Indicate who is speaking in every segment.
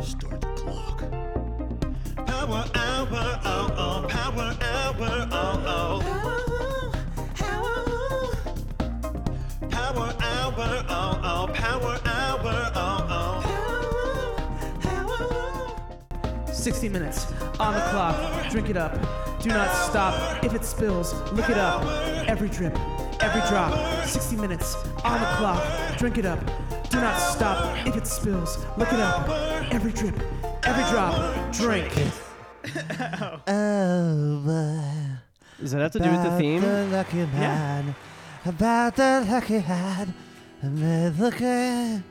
Speaker 1: Start the clock. Power hour, oh oh. Power hour, oh oh. Power hour, oh oh. Power hour, oh oh.
Speaker 2: 60 minutes on the clock. Drink it up. Do not stop. If it spills, look it up. Every drip, every drop. 60 minutes on the clock. Drink it up. Do not stop. If it spills, look it up. Every drip, every drop. Drink.
Speaker 3: Over.
Speaker 4: Does that have to do with the theme?
Speaker 3: lucky
Speaker 2: man,
Speaker 3: About the lucky man. And the lucky.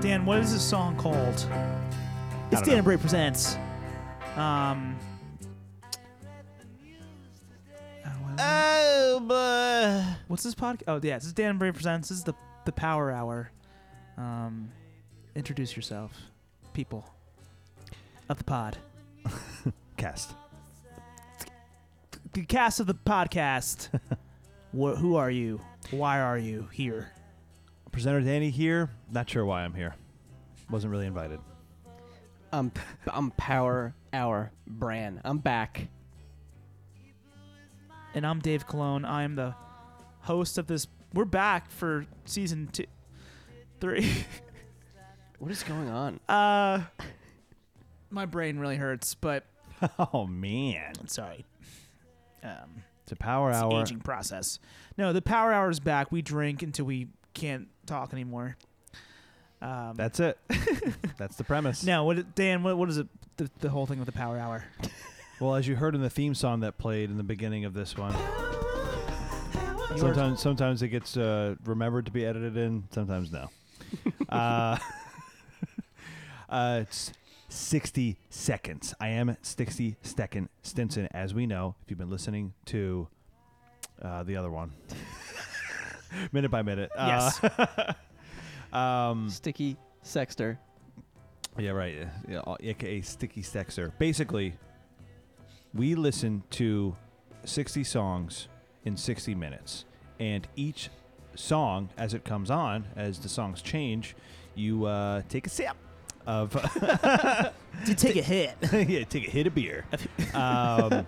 Speaker 5: Dan, what is this song called? It's Dan and Bray presents. Um, Oh,
Speaker 3: Over.
Speaker 5: what's this podcast? Oh yeah, this is Dan and Bray presents. This is the the Power Hour. Um, introduce yourself, people of the pod,
Speaker 3: Cast.
Speaker 5: the cast of the podcast. Wh- who are you? Why are you here?
Speaker 3: Presenter Danny here. Not sure why I'm here. Wasn't really invited.
Speaker 4: I'm, I'm Um, Power Hour Bran. I'm back.
Speaker 5: and I'm Dave Cologne. I am the host of this. We're back for season two, three.
Speaker 4: What is going on?
Speaker 5: Uh, my brain really hurts, but
Speaker 3: Oh, man.
Speaker 5: I'm sorry. Um,
Speaker 3: It's a power
Speaker 5: it's an
Speaker 3: hour.
Speaker 5: aging process. No, the power hour is back. We drink until we can't talk anymore. Um,
Speaker 3: That's it. That's the premise.
Speaker 5: no. What Dan? What what is it? The, the whole thing with the power hour.
Speaker 3: Well, as you heard in the theme song that played in the beginning of this one,
Speaker 5: You are-
Speaker 3: sometimes sometimes it gets uh, remembered to be edited in, sometimes no. uh, uh, it's 60 seconds. I am at 60 second Stinson, as we know, if you've been listening to uh, the other one, minute by minute.
Speaker 5: yes.
Speaker 3: Uh,
Speaker 4: Hmm.
Speaker 3: um,
Speaker 4: Sticky Sexter.
Speaker 3: yeah, right. Yeah, yeah, uh, all- AKA Sticky Sexer. Basically, we listen to 60 songs in 60 minutes. And each song, as it comes on, as the songs change, you uh, take a sip of.
Speaker 5: you take a hit.
Speaker 3: yeah, take a hit of beer. Um,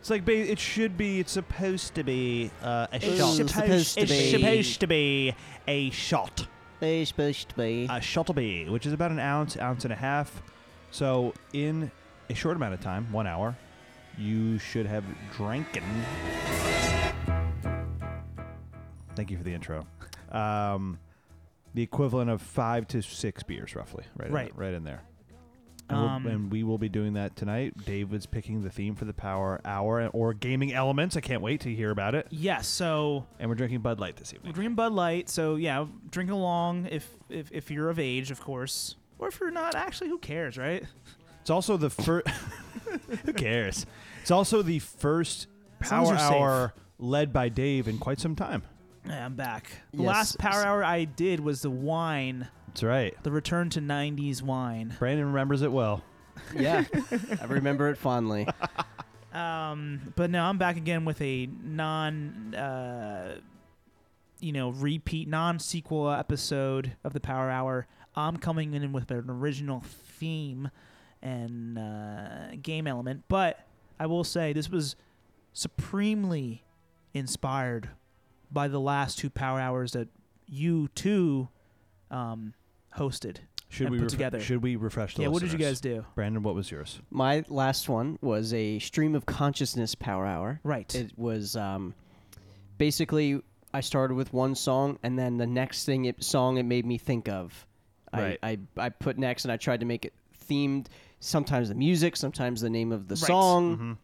Speaker 3: it's like, ba- it should be, it's supposed to be uh, a
Speaker 4: It's
Speaker 3: shot.
Speaker 4: supposed to
Speaker 3: it's
Speaker 4: be.
Speaker 3: supposed to be a shot
Speaker 4: They supposed to be.
Speaker 3: a shuttlebee, Uh, which is about an ounce, ounce and a half. So in a short amount of time, one hour, you should have drinking. Thank you for the intro. Um, the equivalent of five to six beers, roughly, right?
Speaker 5: Right.
Speaker 3: in, right in there. And, we'll-
Speaker 5: Um,
Speaker 3: and we will be doing that tonight. David's picking the theme for the Power Hour or gaming elements. I can't wait to hear about it.
Speaker 5: Yes. So
Speaker 3: And we're drinking Bud Light this
Speaker 5: We're
Speaker 3: evening.
Speaker 5: drinking Bud Light, so yeah, drink along if, if if you're of age, of course, or if you're not. Actually, who cares, right?
Speaker 3: It's also the first. Who cares? It's also the first
Speaker 5: As long as
Speaker 3: Power
Speaker 5: you're safe.
Speaker 3: Hour led by Dave in quite some time.
Speaker 5: Yeah, I'm back. The
Speaker 4: Yes.
Speaker 5: last power hour I did was the wine,
Speaker 3: That's right.
Speaker 5: the return to '90s wine.
Speaker 3: Brandon remembers it well.
Speaker 4: yeah. I remember it fondly.
Speaker 5: Um, but no, I'm back again with a non, uh, you know, repeat, non-sequel episode of the Power Hour. I'm coming in with an original theme and uh, game element, but I will say this was supremely inspired by the last two Power Hours that you two um, hosted.
Speaker 3: Should
Speaker 5: And
Speaker 3: we
Speaker 5: put
Speaker 3: refre-
Speaker 5: together.
Speaker 3: Should we refresh the
Speaker 5: yeah, what did you
Speaker 3: listeners?
Speaker 5: guys do?
Speaker 3: Brandon, what was yours?
Speaker 4: My last one was a stream of consciousness power hour.
Speaker 5: Right.
Speaker 4: It was um, basically I started with one song, and then the next thing it, song it made me think of.
Speaker 3: Right.
Speaker 4: I, I I put next, and I tried to make it themed. Sometimes the music, sometimes the name of the
Speaker 5: Right.
Speaker 4: song.
Speaker 5: Mm-hmm.
Speaker 3: Mm-hmm.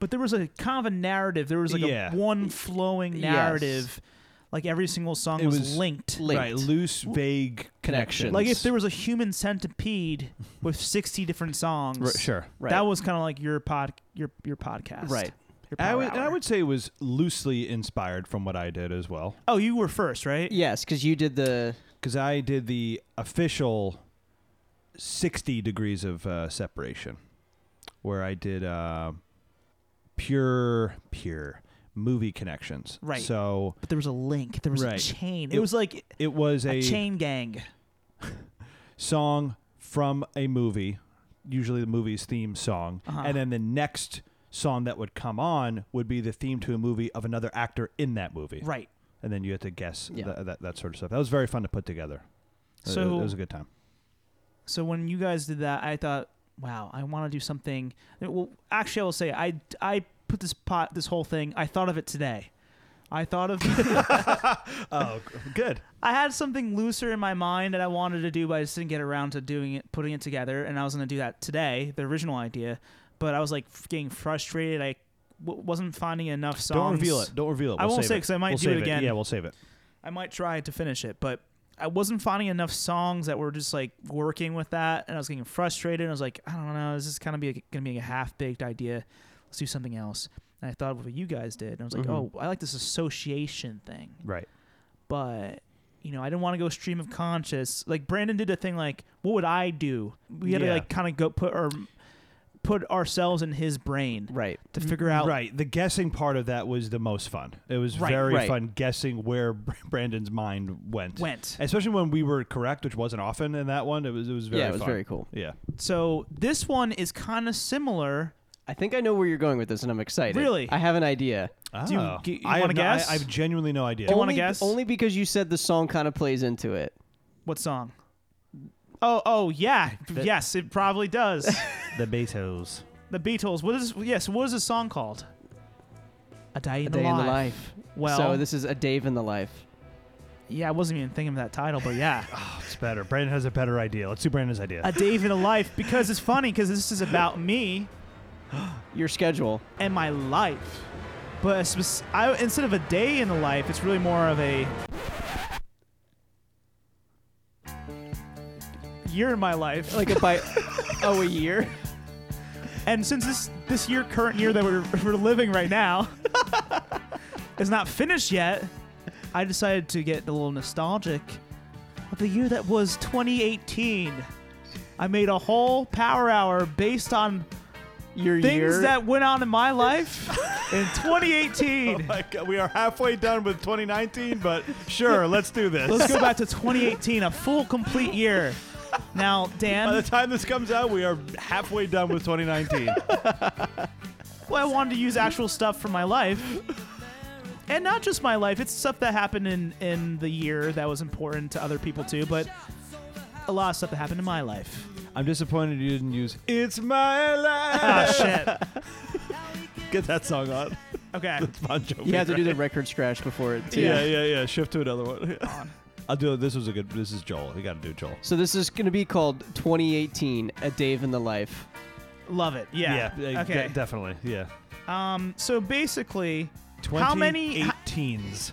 Speaker 5: but there was a kind of a narrative. There was like
Speaker 3: Yeah.
Speaker 5: a one flowing
Speaker 4: Yes.
Speaker 5: narrative. Like every single song
Speaker 3: It
Speaker 5: was,
Speaker 3: was-
Speaker 5: linked.
Speaker 4: Linked.
Speaker 3: Right, loose, vague
Speaker 4: Connections.
Speaker 3: connections.
Speaker 5: Like if there was a human centipede with sixty different songs.
Speaker 3: Right, sure.
Speaker 4: Right.
Speaker 5: That was kind of like your pod, your your podcast.
Speaker 4: Right.
Speaker 5: Your
Speaker 3: I
Speaker 5: power
Speaker 3: would, and I
Speaker 5: hour.
Speaker 3: would say it was loosely inspired from what I did as well,
Speaker 5: Oh, you were first, right?
Speaker 4: Yes, because you did the
Speaker 3: because I did the official sixty degrees of uh, separation, where I did uh, pure, pure movie connections.
Speaker 5: Right.
Speaker 3: So
Speaker 5: But there was a link. There was a
Speaker 3: Right.
Speaker 5: chain. It,
Speaker 3: It-
Speaker 5: was like
Speaker 3: It was
Speaker 5: a,
Speaker 3: a,
Speaker 5: chain gang.
Speaker 3: song from a movie, usually the movie's theme song,
Speaker 5: Uh-huh.
Speaker 3: and then the next song that would come on would be the theme to a movie of another actor in that movie.
Speaker 5: Right.
Speaker 3: And then you had to guess
Speaker 4: Yeah.
Speaker 3: tha- that, that sort of stuff. That was very fun to put together. It- it,
Speaker 5: So-
Speaker 3: was a good time.
Speaker 5: So when you guys did that, I thought, wow, I want to do something. Well, actually, I will say, I I put this pot, this whole thing. I thought of it today. I thought of.
Speaker 3: Oh, good.
Speaker 5: I had something looser in my mind that I wanted to do, but I just didn't get around to doing it, putting it together. And I was going to do that today, the original idea. But I was like f- getting frustrated. I w- wasn't finding enough songs.
Speaker 3: Don't reveal it. Don't reveal it.
Speaker 5: I
Speaker 3: We'll
Speaker 5: won't
Speaker 3: save
Speaker 5: say
Speaker 3: it.
Speaker 5: 'cause I might
Speaker 3: We'll
Speaker 5: do it
Speaker 3: save
Speaker 5: again.
Speaker 3: Yeah, we'll save it.
Speaker 5: I might try to finish it, but I wasn't finding enough songs that were just like working with that, and I was getting frustrated. And I was like, I don't know, this is kind of be gonna be a half baked idea. Let's do something else. And I thought of what you guys did, and I was like,
Speaker 4: Mhm.
Speaker 3: Mm-hmm.
Speaker 5: oh, I like this association thing,
Speaker 3: Right.
Speaker 5: but you know, I didn't want to go stream of conscious. Like Brandon did a thing, like what would I do? We had
Speaker 3: Yeah.
Speaker 5: to like kind of go put our put ourselves in his brain
Speaker 4: Right.
Speaker 5: to figure out
Speaker 3: Right. The guessing part of that was the most fun. It was
Speaker 5: Right,
Speaker 3: very
Speaker 4: right.
Speaker 3: fun guessing where Brandon's mind went.
Speaker 5: went.
Speaker 3: Especially when we were correct, which wasn't often in that one. It was it was very
Speaker 4: yeah, it was
Speaker 3: fun.
Speaker 4: very cool.
Speaker 3: Yeah.
Speaker 5: So this one is kind of similar.
Speaker 4: I think I know where you're going with this, and I'm excited.
Speaker 5: Really?
Speaker 4: I have an idea.
Speaker 5: Do you
Speaker 3: Oh.
Speaker 5: g- you
Speaker 3: I have
Speaker 5: wanna
Speaker 3: no- I-
Speaker 5: guess?
Speaker 3: I have genuinely no idea.
Speaker 5: you wanna
Speaker 4: Only-
Speaker 5: guess?
Speaker 4: Only because you said the song kind of plays into it.
Speaker 5: What song? Oh, oh yeah,
Speaker 3: The-
Speaker 5: yes, it probably does.
Speaker 3: The Beatles.
Speaker 5: the Beatles. What is yes? What is the song called? A day in,
Speaker 4: a
Speaker 5: the,
Speaker 4: day
Speaker 5: life.
Speaker 4: in the life.
Speaker 5: Well,
Speaker 4: so this is a Dave in the life.
Speaker 5: yeah, I wasn't even thinking of that title, but yeah,
Speaker 3: Oh, it's better. Brandon has a better idea. Let's do Brandon's idea.
Speaker 5: a day in the life because it's funny because this is about me
Speaker 4: Your schedule.
Speaker 5: and my life. But a spec- I, instead of a day in the life, it's really more of a year in my life.
Speaker 4: Like a by oh a year.
Speaker 5: And since this this year, current year that we're, we're living right now, is not finished yet, I decided to get a little nostalgic of the year that was 2018. I made a whole power hour based on
Speaker 4: Your
Speaker 5: things
Speaker 4: year.
Speaker 5: that went on in my life in 2018.
Speaker 3: Like, we are halfway done with 2019, but sure, let's do this.
Speaker 5: Let's go back to 2018, a full complete year. Now, Dan,
Speaker 3: By the time this comes out, we are halfway done with 2019.
Speaker 5: Well, I wanted to use actual stuff from my life. And not just my life, it's stuff that happened in, in the year that was important to other people too, but a lot of stuff that happened in my life.
Speaker 3: I'm disappointed you didn't use "It's My
Speaker 5: Ah,
Speaker 3: Life."
Speaker 5: shit.
Speaker 3: Get that song on.
Speaker 5: Okay.
Speaker 3: Bon Jovi.
Speaker 4: you have to do the record scratch before it too.
Speaker 3: Yeah, yeah, yeah. Shift to another one. I'll do. This was a good. This is Joel. You got to do Joel.
Speaker 4: So this is going to be called 2018, a Dave in the life.
Speaker 5: Love it. Yeah.
Speaker 3: uh,
Speaker 5: okay.
Speaker 3: de- definitely. Yeah.
Speaker 5: um, so basically,
Speaker 3: Twenty
Speaker 5: many- h-
Speaker 3: 18s?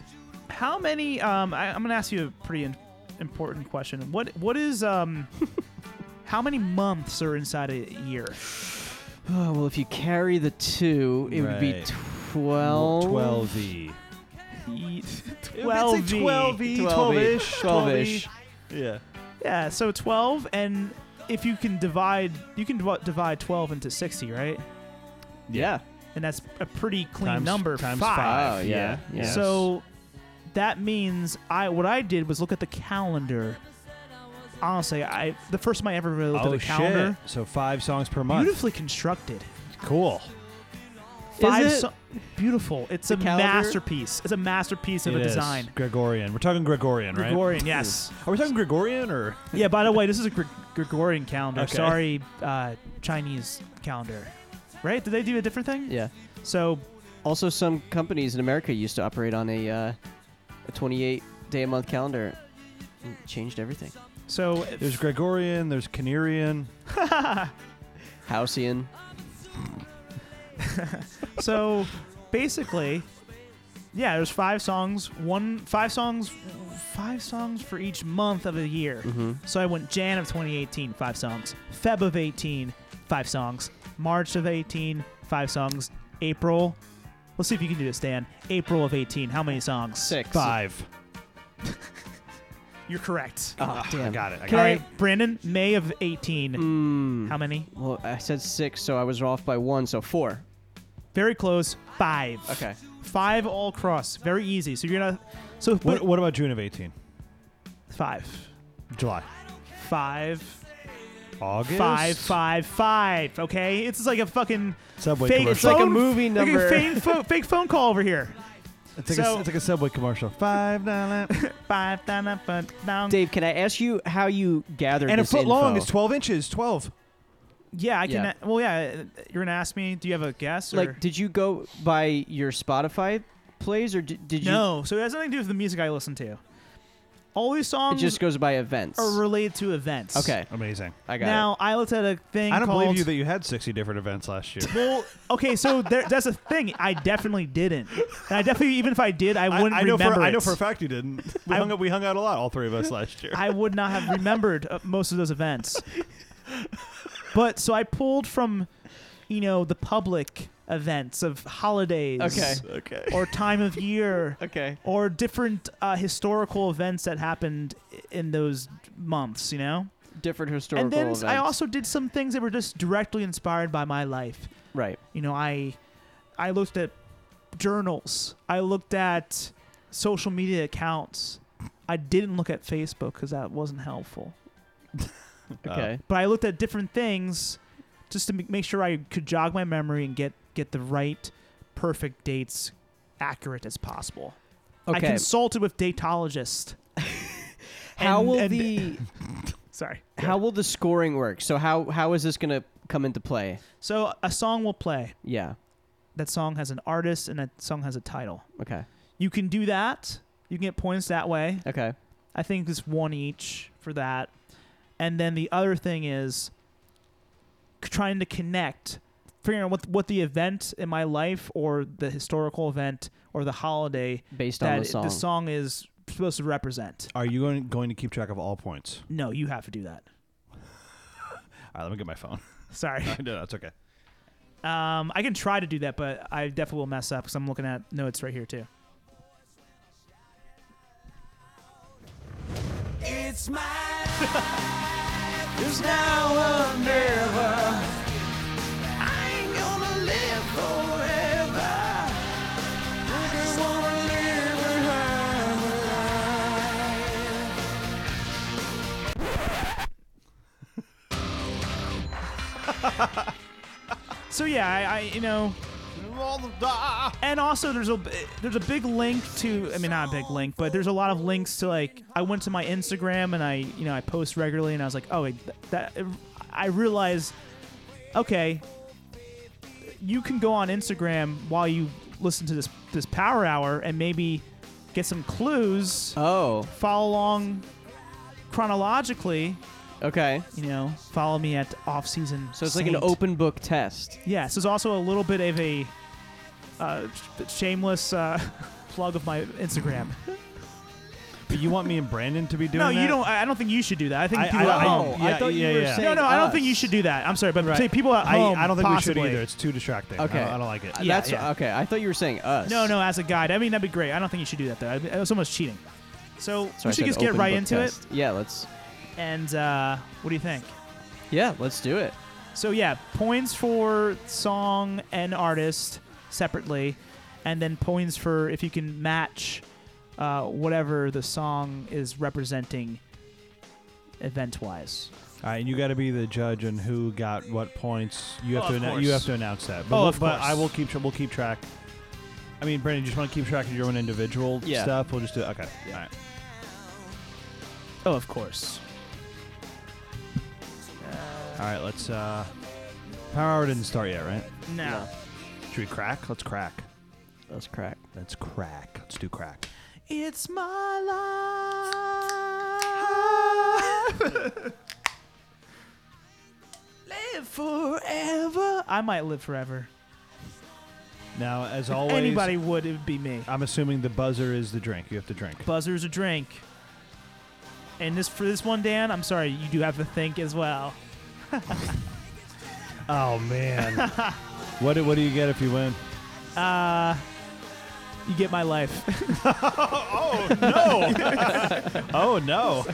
Speaker 5: how many? Um, I, I'm gonna ask you a pretty in- important question. What What is um, how many months are inside a year?
Speaker 4: Oh, well, if you carry the two, it would be
Speaker 3: Right.
Speaker 4: 12.
Speaker 3: 12 e.
Speaker 5: Ye-
Speaker 3: Twelve
Speaker 5: 12.
Speaker 3: e.
Speaker 4: 12
Speaker 3: ish.
Speaker 4: 12 ish.
Speaker 3: Yeah.
Speaker 5: Yeah, so 12 and if you can divide you can div- divide 12 into 60, right?
Speaker 4: Yeah.
Speaker 5: And that's a pretty clean
Speaker 3: Times-
Speaker 5: number
Speaker 3: times
Speaker 4: Oh,
Speaker 3: five.
Speaker 4: yeah.
Speaker 3: Yeah.
Speaker 4: yeah.
Speaker 3: Yes.
Speaker 5: So that means I what I did was look at the calendar. Honestly, I the first time I ever really looked
Speaker 3: Oh
Speaker 5: at the
Speaker 3: shit.
Speaker 5: calendar,
Speaker 3: So five songs per month.
Speaker 5: beautifully constructed.
Speaker 3: Cool.
Speaker 5: Five
Speaker 4: it?
Speaker 5: so- beautiful. It's
Speaker 4: The
Speaker 5: a
Speaker 4: calendar?
Speaker 5: masterpiece. It's a masterpiece of
Speaker 3: It
Speaker 5: a
Speaker 3: is.
Speaker 5: design.
Speaker 3: Gregorian. We're talking Gregorian, right?
Speaker 5: Gregorian, yes.
Speaker 3: Are we talking Gregorian or?
Speaker 5: yeah, by the way, this is a Gre- Gregorian calendar.
Speaker 3: Okay.
Speaker 5: Sorry, uh, Chinese calendar. Right? Did they do a different thing?
Speaker 4: Yeah.
Speaker 5: So
Speaker 4: Also, some companies in America used to operate on a, uh, a 28 day a month calendar. And it changed everything.
Speaker 5: So
Speaker 3: There's Gregorian. There's Canarian.
Speaker 4: Halcyon.
Speaker 5: so basically, yeah, there's five songs, one five songs, five songs for each month of the year.
Speaker 4: Mm-hmm.
Speaker 5: So I went Jan of 2018, five songs, Feb of 18, five songs, March of 18, five songs, April. Let's see if you can do this, Dan. April of 18, how many songs?
Speaker 4: Six.
Speaker 3: Five.
Speaker 5: You're correct.
Speaker 4: Oh,
Speaker 3: I
Speaker 4: damn.
Speaker 3: got it. I
Speaker 5: All
Speaker 3: got it.
Speaker 5: right, Brandon, May of 18,
Speaker 4: Mm.
Speaker 5: how many?
Speaker 4: Well, I said six, so I was off by one, so four.
Speaker 5: Very close, five.
Speaker 4: Okay.
Speaker 5: Five all across, very easy. So you're gonna, so
Speaker 3: What, what about June of 18?
Speaker 5: five.
Speaker 3: July.
Speaker 5: five
Speaker 3: August?
Speaker 5: Five, five, five. Okay, it's like a fucking
Speaker 3: Subway
Speaker 5: fake.
Speaker 3: commercial.
Speaker 4: like a
Speaker 5: phone-
Speaker 4: movie
Speaker 5: like a
Speaker 4: number.
Speaker 5: fake, pho- fake phone call over here.
Speaker 3: It's like,
Speaker 5: So-
Speaker 3: a, it's like a Subway commercial. Five dollar.
Speaker 5: Five, down, up, uh, down.
Speaker 4: Dave, can I ask you how you gathered
Speaker 3: and a
Speaker 4: this
Speaker 3: foot long
Speaker 4: info?
Speaker 3: is 12 inches. 12.
Speaker 5: Yeah, I can.
Speaker 4: Yeah.
Speaker 5: Well, yeah, uh, you're gonna ask me. Do you have a guess? Or?
Speaker 4: like, did you go by your Spotify plays, or did, did you?
Speaker 5: no. So it has nothing to do with the music I listen to. All these
Speaker 4: It
Speaker 5: songs
Speaker 4: just goes by events.
Speaker 5: are related to events.
Speaker 4: Okay,
Speaker 3: Amazing.
Speaker 4: I got
Speaker 5: Now I looked at a thing.
Speaker 3: I don't
Speaker 5: called-
Speaker 3: believe you that you had 60 different events last year.
Speaker 5: Well, okay, so there, that's a thing. I definitely didn't, and I definitely, even if I did, I wouldn't
Speaker 3: know
Speaker 5: remember.
Speaker 3: for, I
Speaker 5: it.
Speaker 3: know for a fact you didn't. We
Speaker 5: I-
Speaker 3: hung, out, we hung out a lot, all three of us last year.
Speaker 5: I would not have remembered uh, most of those events. But so I pulled from, you know, the public events of holidays,
Speaker 4: Okay.
Speaker 3: okay.
Speaker 5: or time of year,
Speaker 4: it. Okay.
Speaker 5: or different uh, historical events that happened i- in those months. You know,
Speaker 4: Different historical
Speaker 5: and then
Speaker 4: events.
Speaker 5: I also did some things that were just directly inspired by my life.
Speaker 4: right.
Speaker 5: you know i i looked at journals i looked at social media accounts i didn't look at facebook because that wasn't helpful
Speaker 4: Okay.
Speaker 5: but i looked at different things just to m- make sure i could jog my memory and get get the right perfect dates accurate as possible i
Speaker 4: okay.
Speaker 5: consulted with datologists
Speaker 4: how
Speaker 5: and-
Speaker 4: will
Speaker 5: and-
Speaker 4: the
Speaker 5: sorry
Speaker 4: how will the scoring work? So how how is this gonna come into play?
Speaker 5: so a song will play
Speaker 4: Yeah.
Speaker 5: that song has an artist and that song has a title
Speaker 4: Okay.
Speaker 5: you can do that you can get points that way
Speaker 4: Okay.
Speaker 5: I think it's one each for that. And then the other thing is c- trying to connect, figuring out what what the event in my life or the historical event or the holiday
Speaker 4: Based on
Speaker 5: that
Speaker 4: the song.
Speaker 5: is supposed to represent.
Speaker 3: Are you going, going to keep track of all points?
Speaker 5: No, you have to do that.
Speaker 3: All right, let me get my phone.
Speaker 5: Sorry.
Speaker 3: no, no, that's okay.
Speaker 5: Um, I can try to do that, but I definitely will mess up because I'm looking at notes right here too.
Speaker 1: It's my There's now or never. I ain't gonna live forever. I just wanna live with her.
Speaker 5: So yeah, I, I you know, and also there's a there's a big link to I mean not a big link, but there's a lot of links to like I went to my Instagram and I you know I post regularly and I was like oh wait, th- that I realized okay, you can go on Instagram while you listen to this this Power Hour and maybe get some clues,
Speaker 4: oh.
Speaker 5: follow along chronologically,
Speaker 4: Okay.
Speaker 5: you know, follow me at off season.
Speaker 4: So it's like an open book test.
Speaker 5: Yeah, so it's also a little bit of a uh, sh- shameless uh, plug of my Instagram.
Speaker 3: But you want me and Brandon to be doing
Speaker 5: no,
Speaker 3: that?
Speaker 5: you don't. I I don't think you should do that. I think
Speaker 3: I-
Speaker 5: people
Speaker 3: I-
Speaker 5: at
Speaker 3: I-
Speaker 4: Oh,
Speaker 5: home.
Speaker 3: yeah, yeah, yeah.
Speaker 5: no, no, I don't think you should do that. I'm sorry, but say people at
Speaker 3: I,
Speaker 5: home.
Speaker 3: I don't think
Speaker 5: possibly.
Speaker 3: we should either. It's too distracting. I
Speaker 4: Okay.
Speaker 3: don't, I don't like it.
Speaker 4: Uh,
Speaker 5: Yeah,
Speaker 4: That's
Speaker 5: yeah.
Speaker 4: okay. I thought you were saying us.
Speaker 5: No, no, as a guide. I mean, that'd be great. I don't think you should do that though. It was almost cheating.
Speaker 4: So I
Speaker 5: So, we should
Speaker 4: said
Speaker 5: just get
Speaker 4: open
Speaker 5: right
Speaker 4: book
Speaker 5: into
Speaker 4: test. Yeah. Let's.
Speaker 5: it. And uh, what do you think?
Speaker 4: Yeah. Let's do it.
Speaker 5: So yeah, points for song and artist separately, and then points for if you can match uh, whatever the song is representing event-wise.
Speaker 3: All right, and you got to be the judge on who got what points. You have
Speaker 5: Oh,
Speaker 3: to
Speaker 5: of
Speaker 3: annou-
Speaker 5: course.
Speaker 3: you have to announce that. But
Speaker 5: Oh,
Speaker 3: we'll-
Speaker 5: of
Speaker 3: but
Speaker 5: course.
Speaker 3: I will keep tra- we'll keep track. I mean, Brandon, you just want to keep track of your own individual
Speaker 4: Yeah.
Speaker 3: stuff. We'll just do okay. All right.
Speaker 5: Oh, of course.
Speaker 3: All right, let's uh Power Hour didn't start yet, right?
Speaker 5: No.
Speaker 3: Should we crack? Let's crack.
Speaker 4: Let's crack.
Speaker 3: Let's crack. Let's do crack.
Speaker 5: It's my life. live forever. I might live forever.
Speaker 3: Now, as always,
Speaker 5: Anybody would, it would be me.
Speaker 3: I'm assuming the buzzer is the drink. You have to drink.
Speaker 5: buzzer's a drink. And this for this one, Dan, I'm sorry, you do have to think as well.
Speaker 3: Oh man. what do, what do you get if you win?
Speaker 5: Uh you get my life.
Speaker 3: Oh no.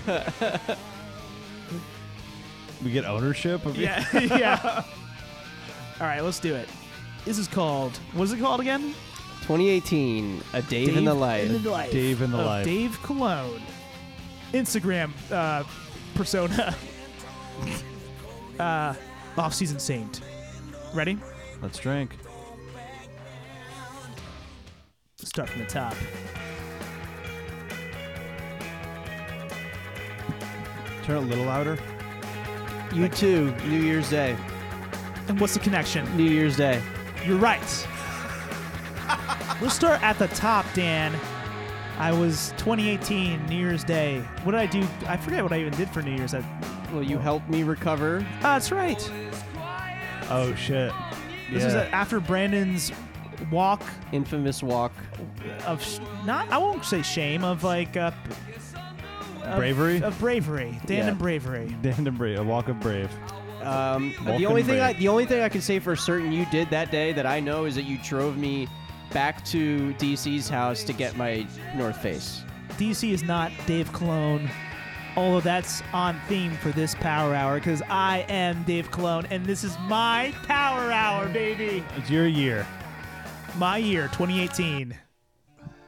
Speaker 3: we get ownership of
Speaker 5: yeah. yeah. Alright, let's do it. This is called what is it called again?
Speaker 4: 2018. A Dave, in the Life.
Speaker 5: life.
Speaker 3: Dave in the
Speaker 5: of
Speaker 3: Life.
Speaker 5: Dave Cologne. Instagram uh persona. uh, off-season saint. Ready?
Speaker 3: Let's drink.
Speaker 5: Start from the top.
Speaker 3: Turn it a little louder.
Speaker 4: You too. New Year's Day.
Speaker 5: And what's the connection?
Speaker 4: New Year's Day.
Speaker 5: You're right. Let's start at the top, Dan. I was 2018 New Year's Day. What did I do? I forget what I even did for New Year's. I,
Speaker 4: Well, you helped me recover.
Speaker 5: Ah, that's right.
Speaker 3: Oh shit.
Speaker 5: This was a, after Brandon's walk
Speaker 4: Infamous walk.
Speaker 5: of sh- not I won't say shame of like uh, of-
Speaker 3: bravery.
Speaker 5: of bravery. Dan
Speaker 4: Yeah.
Speaker 5: and bravery.
Speaker 3: Dan and Brave, a walk of brave.
Speaker 4: Um,
Speaker 3: Walk
Speaker 4: the only
Speaker 3: and
Speaker 4: thing I,
Speaker 3: brave.
Speaker 4: the only thing I can say for certain you did that day that I know is that you drove me back to DC's house to get my North Face.
Speaker 5: DC is not Dave Cologne. Although that's on theme for this Power Hour because I am Dave Cologne and this is my Power Hour, baby.
Speaker 3: It's your year.
Speaker 5: My year, 2018.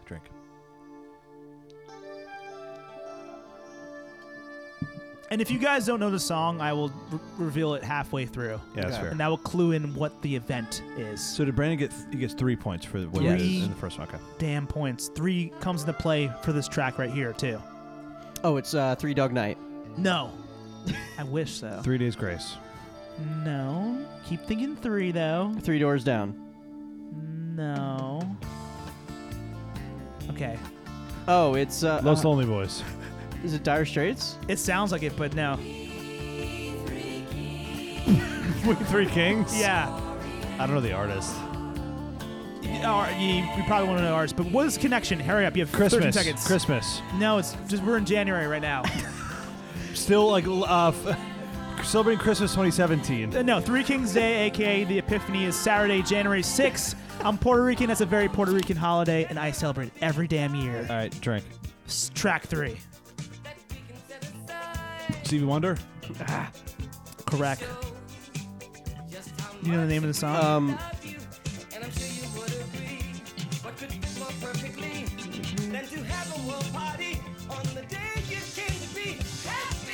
Speaker 3: Drink.
Speaker 5: And if you guys don't know the song, I will re- reveal it halfway through.
Speaker 3: Yeah, that's fair.
Speaker 5: And that will clue in what the event is.
Speaker 3: So did Brandon get? He gets three points for what
Speaker 5: Yes.
Speaker 3: he did in the first one. Okay.
Speaker 5: Damn points. Three comes into play for this track right here, too.
Speaker 4: Oh, it's uh, Three Dog Night.
Speaker 5: No. I wish so.
Speaker 3: Three days grace.
Speaker 5: No. Keep thinking three, though.
Speaker 4: Three Doors Down.
Speaker 5: No. Okay.
Speaker 4: Oh, it's uh,
Speaker 3: Los Lonely Boys.
Speaker 4: is it Dire Straits?
Speaker 5: It sounds like it, but no.
Speaker 3: We Three Kings.
Speaker 5: Yeah.
Speaker 3: I don't know the artist.
Speaker 5: Or, you, you probably want to know ours, but what is connection? Hurry up. You have 13
Speaker 3: Christmas.
Speaker 5: seconds.
Speaker 3: Christmas.
Speaker 5: No, it's just we're in January right now.
Speaker 3: Still like uh, celebrating Christmas 2017.
Speaker 5: Uh, No, Three Kings Day, aka the Epiphany, is Saturday, January 6th. I'm Puerto Rican. That's a very Puerto Rican holiday, and I celebrate it every damn year.
Speaker 3: All right, drink.
Speaker 5: S- Track three.
Speaker 3: Stevie Wonder.
Speaker 5: Correct. You know the name of the song?
Speaker 4: Um,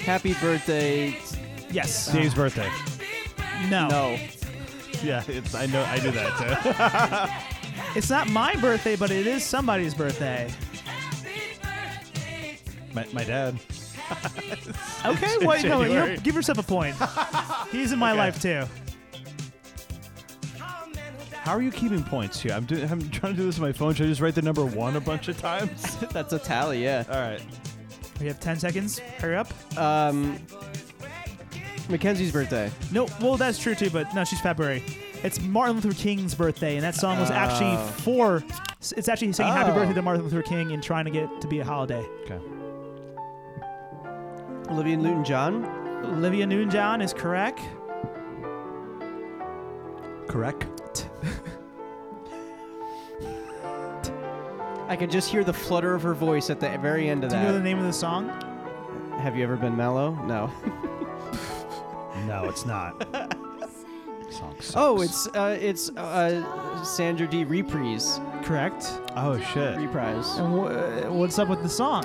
Speaker 4: Happy Birthday.
Speaker 5: yes.
Speaker 3: Dave's birthday.
Speaker 5: no.
Speaker 4: No,
Speaker 3: Yeah, it's, I know. I do that too.
Speaker 5: It's not my birthday, but it is somebody's birthday.
Speaker 3: my, my dad.
Speaker 5: Okay, well, you know, you
Speaker 3: January.
Speaker 5: know, give yourself a point. He's in my life, too.
Speaker 3: How are you keeping points here? I'm, do, I'm trying to do this on my phone. Should I just write the number one a bunch of times?
Speaker 4: that's a tally. Yeah.
Speaker 3: All right.
Speaker 5: We have 10 seconds. Hurry up.
Speaker 4: Um, Mackenzie's birthday.
Speaker 5: No, well, that's true too, but no, she's February. It's Martin Luther King's birthday, and that song was actually
Speaker 4: Oh.
Speaker 5: for. It's actually saying happy
Speaker 4: Oh.
Speaker 5: birthday to Martin Luther King and trying to get it to be a holiday.
Speaker 3: Okay.
Speaker 4: Olivia Newton-John.
Speaker 5: Olivia Newton John is correct.
Speaker 3: Correct.
Speaker 4: I can just hear the flutter of her voice at the very end of
Speaker 5: Do you know the
Speaker 4: that.
Speaker 5: name of the song?
Speaker 4: Have you ever been mellow? No.
Speaker 3: No, it's not. Song sucks.
Speaker 4: Oh, it's uh, it's uh, Sandra D. Reprise.
Speaker 5: Correct.
Speaker 3: oh shit.
Speaker 4: Reprise.
Speaker 5: And wh- uh, what's up with the song?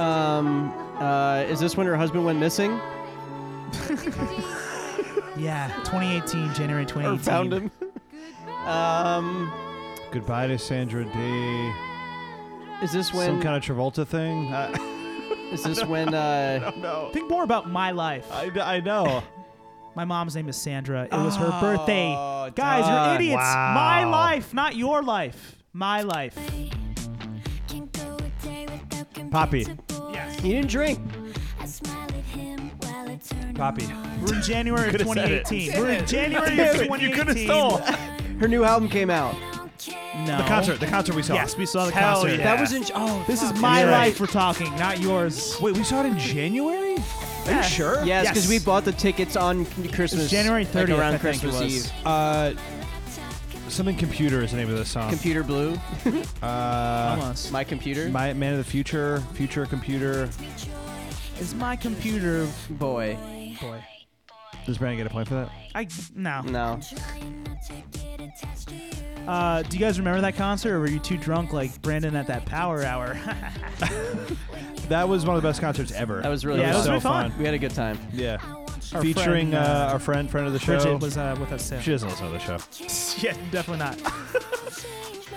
Speaker 4: Um, uh, is this when her husband went missing?
Speaker 5: Yeah, 2018, January 2018.
Speaker 4: Or found him? um,
Speaker 3: Goodbye to Sandra D.
Speaker 4: is this
Speaker 3: Some
Speaker 4: when?
Speaker 3: kind of Travolta thing. Uh, I,
Speaker 4: is this when? Uh,
Speaker 3: no.
Speaker 5: Think more about my life.
Speaker 3: I, I know.
Speaker 5: My mom's name is Sandra. It was her birthday.
Speaker 4: Oh,
Speaker 5: Guys, you're
Speaker 4: done.
Speaker 5: idiots. My
Speaker 3: Wow.
Speaker 5: life, not your life. My life.
Speaker 3: Poppy.
Speaker 4: you didn't drink.
Speaker 3: Poppy.
Speaker 5: We're in January of
Speaker 3: Could've said it.
Speaker 5: 2018. We're in January of
Speaker 3: Damn
Speaker 5: 2018.
Speaker 3: it, you could have stole.
Speaker 4: Her new album came out.
Speaker 5: No.
Speaker 3: The concert. The concert we saw.
Speaker 5: Yes, we saw the
Speaker 3: Hell
Speaker 5: concert.
Speaker 3: yeah.
Speaker 4: That was in. Oh,
Speaker 5: This is
Speaker 4: fuck.
Speaker 5: my
Speaker 3: You're right.
Speaker 5: life we're talking, not yours.
Speaker 3: Wait, we saw it in January? Are
Speaker 5: Yeah.
Speaker 3: you sure?
Speaker 4: Yes, because
Speaker 5: Yes.
Speaker 4: we bought the tickets on Christmas.
Speaker 5: January
Speaker 4: like
Speaker 5: 30th,
Speaker 4: around
Speaker 5: I think it
Speaker 4: Christmas
Speaker 5: was.
Speaker 4: Eve.
Speaker 3: Uh, something computer is the name of the song.
Speaker 4: Computer Blue,
Speaker 3: uh,
Speaker 5: Almost.
Speaker 4: my computer.
Speaker 3: my man of the future, future computer.
Speaker 5: Is my computer
Speaker 4: boy.
Speaker 5: boy?
Speaker 3: Does Brandon get a point for that?
Speaker 5: I no.
Speaker 4: No.
Speaker 5: Uh, do you guys remember that concert, or were you too drunk like Brandon at that Power Hour?
Speaker 3: That was one of the best concerts ever.
Speaker 4: That was really
Speaker 5: Yeah,
Speaker 4: fun.
Speaker 5: that was
Speaker 3: so
Speaker 5: really fun.
Speaker 4: We had a good time.
Speaker 3: Yeah.
Speaker 5: Our
Speaker 3: featuring
Speaker 5: friend,
Speaker 3: uh,
Speaker 5: uh,
Speaker 3: our friend, friend of the show.
Speaker 5: Bridget was uh, with us too.
Speaker 3: she doesn't listen to the show.
Speaker 5: Yeah, definitely not.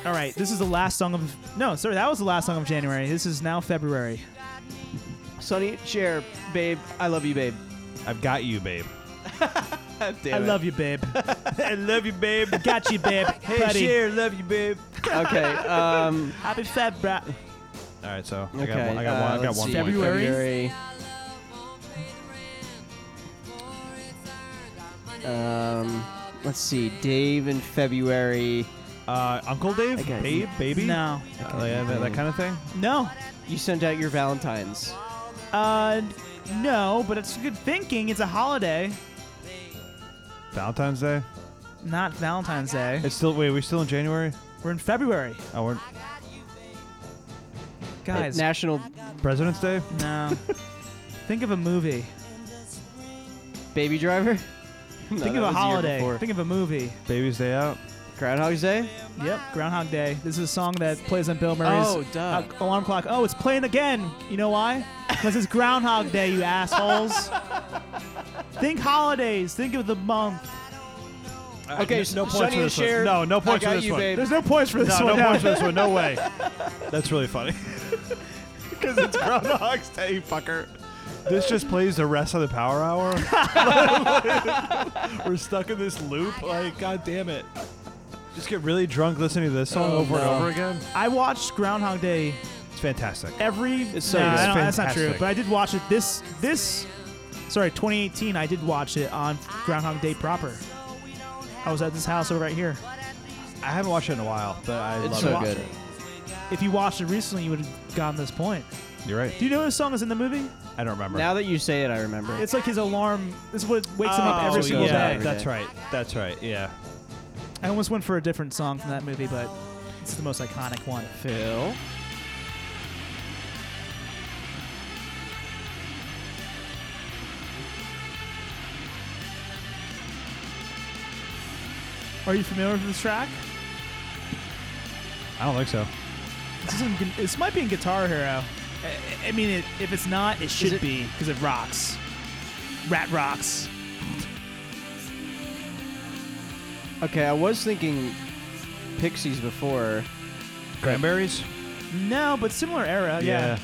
Speaker 5: All right, this is the last song of no, sorry, that was the last song of January. This is now February.
Speaker 4: Sonny, share, babe. I love you, babe.
Speaker 3: I've got you, babe.
Speaker 5: I love you, babe.
Speaker 3: I love you, babe.
Speaker 5: Got you, babe.
Speaker 3: Hey,
Speaker 5: Buddy.
Speaker 3: Cher, love you, babe.
Speaker 4: Okay. Um,
Speaker 5: Happy Feb, brat.
Speaker 3: All right, so I got
Speaker 4: okay,
Speaker 3: one. I got
Speaker 4: uh,
Speaker 3: one. I got
Speaker 4: let's
Speaker 3: one.
Speaker 4: see.
Speaker 3: point.
Speaker 5: February.
Speaker 4: Um, let's see. Dave in February.
Speaker 3: Uh, Uncle Dave,
Speaker 4: I got
Speaker 3: babe,
Speaker 4: you.
Speaker 3: baby,
Speaker 5: No,
Speaker 3: Uh, like, that, that kind of thing.
Speaker 5: no,
Speaker 4: You sent out your Valentine's.
Speaker 5: uh, no. But it's good thinking. It's a holiday,
Speaker 3: Valentine's Day.
Speaker 5: not Valentine's Day.
Speaker 3: It's still wait. We're still in January.
Speaker 5: We're in February,
Speaker 3: Oh, we're
Speaker 5: guys.
Speaker 4: National
Speaker 3: President's Day.
Speaker 5: no. Think of a movie.
Speaker 4: Baby Driver. No, that
Speaker 5: Think of a
Speaker 4: was the year
Speaker 5: holiday.
Speaker 4: before.
Speaker 5: Think of a movie.
Speaker 3: Baby's Day out.
Speaker 4: Groundhog's Day.
Speaker 5: Yep, Groundhog Day. This is a song that plays on Bill Murray's
Speaker 4: Oh, duh.
Speaker 5: uh, alarm clock. Oh, it's playing again. You know why? Because it's Groundhog Day, you assholes. think holidays. Think of the month.
Speaker 4: Okay,
Speaker 3: n- Uh, no
Speaker 4: Sonny
Speaker 3: points for
Speaker 4: and
Speaker 3: this one.
Speaker 4: Cher,
Speaker 3: No, no
Speaker 4: I
Speaker 3: points for
Speaker 4: got
Speaker 3: this
Speaker 4: you,
Speaker 3: one.
Speaker 4: babe.
Speaker 5: There's no points for this
Speaker 3: No, no
Speaker 5: one.
Speaker 3: points for this one. No way. That's really funny. Because it's Groundhog's Day, fucker. This just plays the rest of the power hour. We're stuck in this loop. Like, god damn it. Just get really drunk listening to this song
Speaker 4: Oh,
Speaker 3: over and
Speaker 4: no.
Speaker 3: over again.
Speaker 5: I watched Groundhog Day
Speaker 3: It's fantastic.
Speaker 5: every.
Speaker 4: It's so
Speaker 5: Nah,
Speaker 4: good.
Speaker 5: I don't- that's not true.
Speaker 3: Fantastic.
Speaker 5: But I did watch it this this. Sorry, 2018. I did watch it on Groundhog Day proper. I was at this house over right here.
Speaker 3: I haven't watched it in a while, but I
Speaker 4: It's
Speaker 3: love
Speaker 4: so
Speaker 3: it.
Speaker 4: good.
Speaker 5: If you watched it recently, you would have gotten this point.
Speaker 3: You're right.
Speaker 5: Do you know this song is in the movie?
Speaker 3: I don't remember.
Speaker 4: Now that you say it, I remember.
Speaker 5: It's like his alarm. This is what wakes him up
Speaker 3: Oh,
Speaker 5: every single
Speaker 3: yeah,
Speaker 5: day.
Speaker 3: That's right. That's right. Yeah.
Speaker 5: I almost went for a different song from that movie, but it's the most iconic one.
Speaker 4: Phil.
Speaker 5: Are you familiar with this track?
Speaker 3: I don't think so.
Speaker 5: This, is in, Gu- this might be in Guitar Hero. I, I mean, it, if it's not, it should
Speaker 4: it-
Speaker 5: be because it rocks. Rat rocks.
Speaker 4: Okay, I was thinking Pixies before.
Speaker 3: Cranberries?
Speaker 5: No, but similar era. Yeah.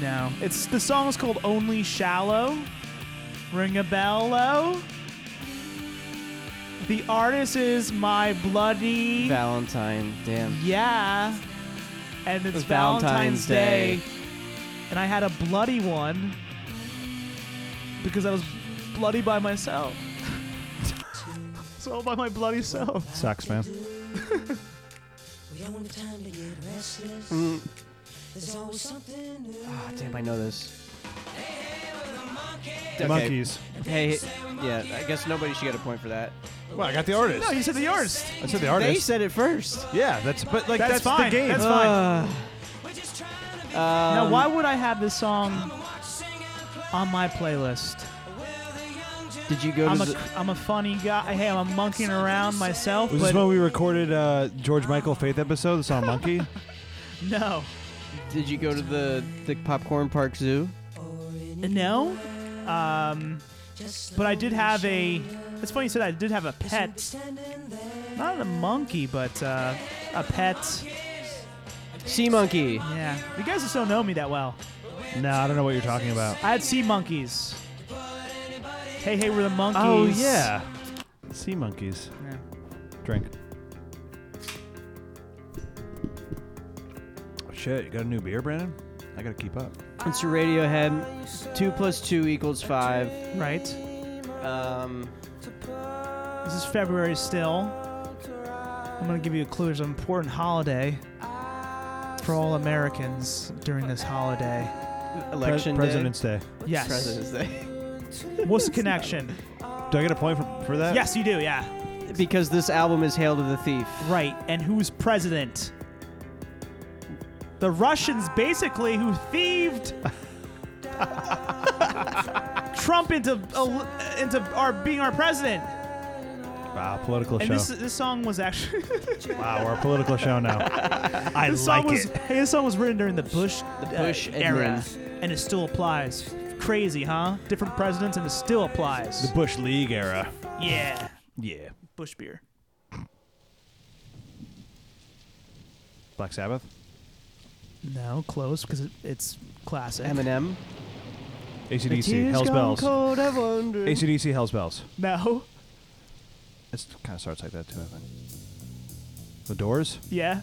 Speaker 5: No, it's the song is called "Only Shallow." Ring a bell, oh. The artist is my bloody.
Speaker 4: Valentine. Damn.
Speaker 5: Yeah. And it's,
Speaker 4: was Valentine's
Speaker 5: Valentine's, Day.
Speaker 4: Day.
Speaker 5: And I had a bloody one because I was bloody by myself. it's all by my bloody self.
Speaker 3: Sucks, man.
Speaker 6: We don't want the time to get restless.
Speaker 4: Mm.
Speaker 6: There's always something new.
Speaker 4: Ah, damn, I know this.
Speaker 3: The
Speaker 4: Okay.
Speaker 3: Monkeys.
Speaker 4: Hey, yeah. I guess nobody should get a point for that.
Speaker 3: Well, I got the artist.
Speaker 5: No, you said the artist.
Speaker 3: I said the
Speaker 4: They
Speaker 3: artist.
Speaker 4: said it first.
Speaker 3: yeah, that's but like
Speaker 5: That's
Speaker 3: that's,
Speaker 5: fine.
Speaker 3: the game. Uh,
Speaker 5: That's fine. now, why would I have this song on my playlist?
Speaker 4: Did you go
Speaker 5: I'm
Speaker 4: to
Speaker 5: a,
Speaker 4: the,
Speaker 5: I'm a funny guy. Hey, I'm a monkeying around myself,
Speaker 3: Was
Speaker 5: but
Speaker 3: this when we recorded uh, George Michael Faith episode, the song Monkey?
Speaker 5: no,
Speaker 4: Did you go to the the Popcorn Park Zoo?
Speaker 5: no. Um, but I did have a. It's funny you said that. I did have a pet. Not a monkey, but uh, a pet.
Speaker 4: Sea monkey.
Speaker 5: Yeah. You guys just don't know me that well.
Speaker 3: no, I don't know what you're talking about.
Speaker 5: I had sea monkeys. Hey, hey, we're the monkeys.
Speaker 3: Oh yeah. Sea monkeys.
Speaker 5: Yeah.
Speaker 3: Drink. Shit, you got a new beer, Brandon? I gotta keep up.
Speaker 4: It's your Radiohead. Two plus two equals five.
Speaker 5: Right.
Speaker 4: Um,
Speaker 5: This is February still. I'm going to give you a clue. There's an important holiday for all Americans during this holiday.
Speaker 4: election
Speaker 3: Pre-
Speaker 4: day.
Speaker 3: President's Day.
Speaker 5: Yes.
Speaker 4: President's Day.
Speaker 5: What's the connection?
Speaker 3: Do I get a point for, for that?
Speaker 5: yes, you do. Yeah.
Speaker 4: because this album is Hail to the Thief.
Speaker 5: Right. And who's president? The Russians, basically, who thieved Trump into into our being our president.
Speaker 3: Wow, Ah, political
Speaker 5: And
Speaker 3: show.
Speaker 5: this this song was actually
Speaker 3: wow, we're a political show now. I
Speaker 5: this
Speaker 3: like
Speaker 5: song was
Speaker 3: it.
Speaker 5: hey, this song was written during the Bush uh,
Speaker 4: The Bush
Speaker 5: era,
Speaker 4: admin.
Speaker 5: and it still applies. Crazy, huh? Different presidents, and it still
Speaker 3: The
Speaker 5: applies.
Speaker 3: Bush League era.
Speaker 5: Yeah,
Speaker 3: Yeah.
Speaker 5: Bush beer.
Speaker 3: Black Sabbath.
Speaker 5: No, close because it, it's classic.
Speaker 4: Eminem.
Speaker 3: ACDC. Hell's Bells.
Speaker 4: Cold, I wonder.
Speaker 3: ACDC. Hell's Bells.
Speaker 5: No,
Speaker 3: It kind of starts like that too. I think. The Doors.
Speaker 5: yeah,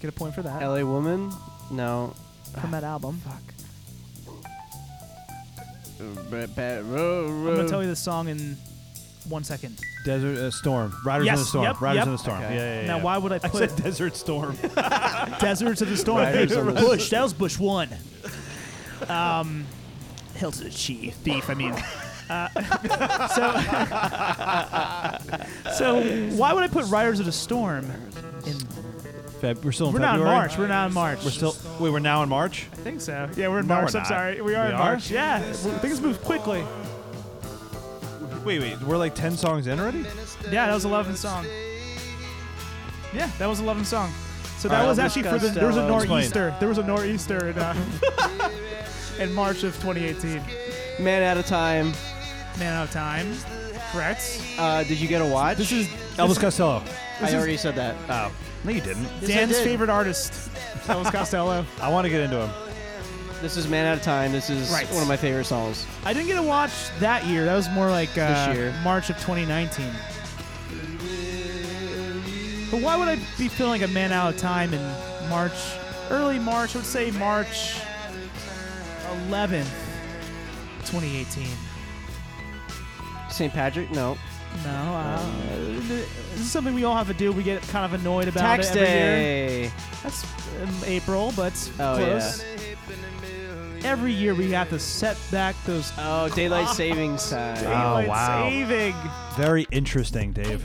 Speaker 5: get a point for that
Speaker 4: LA Woman. No.
Speaker 5: from that album. I'm
Speaker 4: I'm
Speaker 3: Uh.
Speaker 5: gonna tell you the song in one second.
Speaker 3: Desert uh, Storm. Riders
Speaker 5: Yes,
Speaker 3: in the Storm.
Speaker 5: yep,
Speaker 3: Riders
Speaker 5: yep.
Speaker 3: in the Storm.
Speaker 4: Okay.
Speaker 3: Yeah, yeah, yeah.
Speaker 5: Now, why would I
Speaker 3: I
Speaker 5: put
Speaker 3: said Desert Storm.
Speaker 5: Deserts of the Storm?
Speaker 4: Riders on the-
Speaker 5: Bush. That was Bush one. Um, Hail to the chief, thief. I mean, uh, so so why would I put Riders of the Storm? In,
Speaker 3: Feb- we're still in
Speaker 5: we're not
Speaker 3: February.
Speaker 5: in March. We're not in March.
Speaker 3: We're still. Wait, we're now in March.
Speaker 5: I think so. Yeah, we're in
Speaker 3: No,
Speaker 5: March.
Speaker 3: we're
Speaker 5: I'm
Speaker 3: not.
Speaker 5: sorry. We are
Speaker 3: We
Speaker 5: in
Speaker 3: are?
Speaker 5: March. Yeah, things move quickly.
Speaker 3: Wait, wait. We're like ten songs in already.
Speaker 5: Yeah, that was a loving song. Yeah, that was a loving song. So
Speaker 3: All
Speaker 5: that
Speaker 3: right,
Speaker 5: was
Speaker 3: Elvis
Speaker 5: actually for the there was a
Speaker 3: Costello.
Speaker 5: nor'easter. There was a nor'easter in, uh, in March of 2018.
Speaker 4: Man out of time.
Speaker 5: Man out of time. Correct.
Speaker 4: Uh, did you get a watch?
Speaker 5: This is
Speaker 3: Elvis Costello.
Speaker 4: I already said that.
Speaker 3: Oh, no, you didn't.
Speaker 5: Dan's
Speaker 4: did.
Speaker 5: favorite artist, Elvis Costello.
Speaker 3: I want to get into him.
Speaker 4: This is Man Out of Time. This is
Speaker 5: Right.
Speaker 4: one of my favorite songs.
Speaker 5: I didn't get to watch that year. That was more like uh,
Speaker 4: year.
Speaker 5: March of 2019. But why would I be feeling like a man out of time in March, early March? I would say March 11th, 2018.
Speaker 4: St. Patrick? No.
Speaker 5: No, uh, this is something we all have to do. We get kind of annoyed about
Speaker 4: Tax
Speaker 5: it every year.
Speaker 4: Day.
Speaker 5: That's um, April, but
Speaker 4: Oh,
Speaker 5: close. Every year we have to set back those
Speaker 4: Oh, Daylight Savings Time.
Speaker 3: Oh,
Speaker 5: daylight
Speaker 3: wow.
Speaker 5: saving.
Speaker 3: Very interesting, Dave.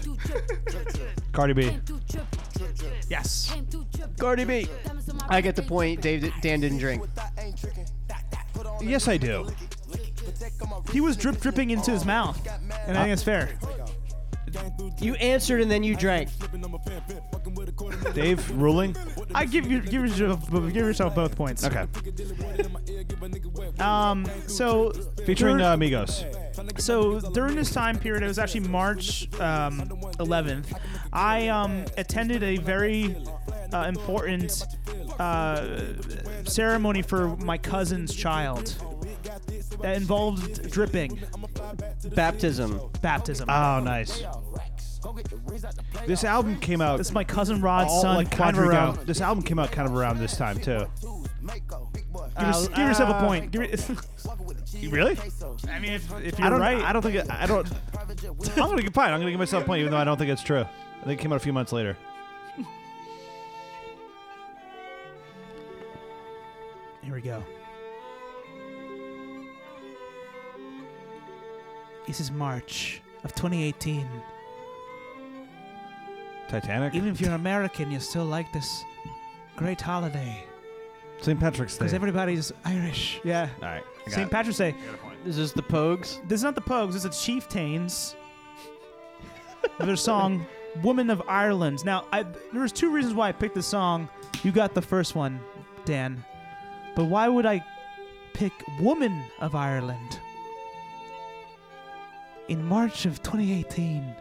Speaker 3: Cardi B.
Speaker 5: Yes.
Speaker 4: Cardi B. I get the point. Dave, Dan didn't drink.
Speaker 3: Yes, I do.
Speaker 5: He was drip dripping into his mouth, and I think it's fair.
Speaker 4: You answered and then you drank.
Speaker 3: Dave, ruling.
Speaker 5: I give you give yourself give yourself both points.
Speaker 3: Okay.
Speaker 5: Um. So
Speaker 3: Featuring
Speaker 5: during,
Speaker 3: uh, Amigos.
Speaker 5: so during this time period, it was actually March um, 11th. I um, attended a very uh, important uh, ceremony for my cousin's child that involved dripping
Speaker 4: Baptism.
Speaker 5: baptism.
Speaker 3: Oh, nice. This album came out
Speaker 5: this is my cousin Rod's
Speaker 3: all,
Speaker 5: son
Speaker 3: like kind of
Speaker 5: Quadrigo.
Speaker 3: around. This album came out kind of around this time too.
Speaker 5: Give, your- give yourself a point. Give it,
Speaker 3: Really?
Speaker 5: I mean, if, if you're
Speaker 3: I don't.
Speaker 5: right,
Speaker 3: I don't think. it- I don't. I'm gonna get fine. I'm gonna give myself a point, even though I don't think it's true. I think it came out a few months later.
Speaker 5: Here we go. This is March of 2018.
Speaker 3: Titanic.
Speaker 5: Even if you're American, you still like this great holiday
Speaker 3: St. Patrick's Day.
Speaker 5: because everybody's Irish. Yeah.
Speaker 3: all right. I got
Speaker 5: St.
Speaker 3: it.
Speaker 5: Patrick's Day.
Speaker 4: This is the Pogues.
Speaker 5: This is not the Pogues. This is Chieftains. Their song, "Woman of Ireland." Now, I, there was two reasons why I picked this song. You got the first one, Dan, but why would I pick "Woman of Ireland"? In March of 2018,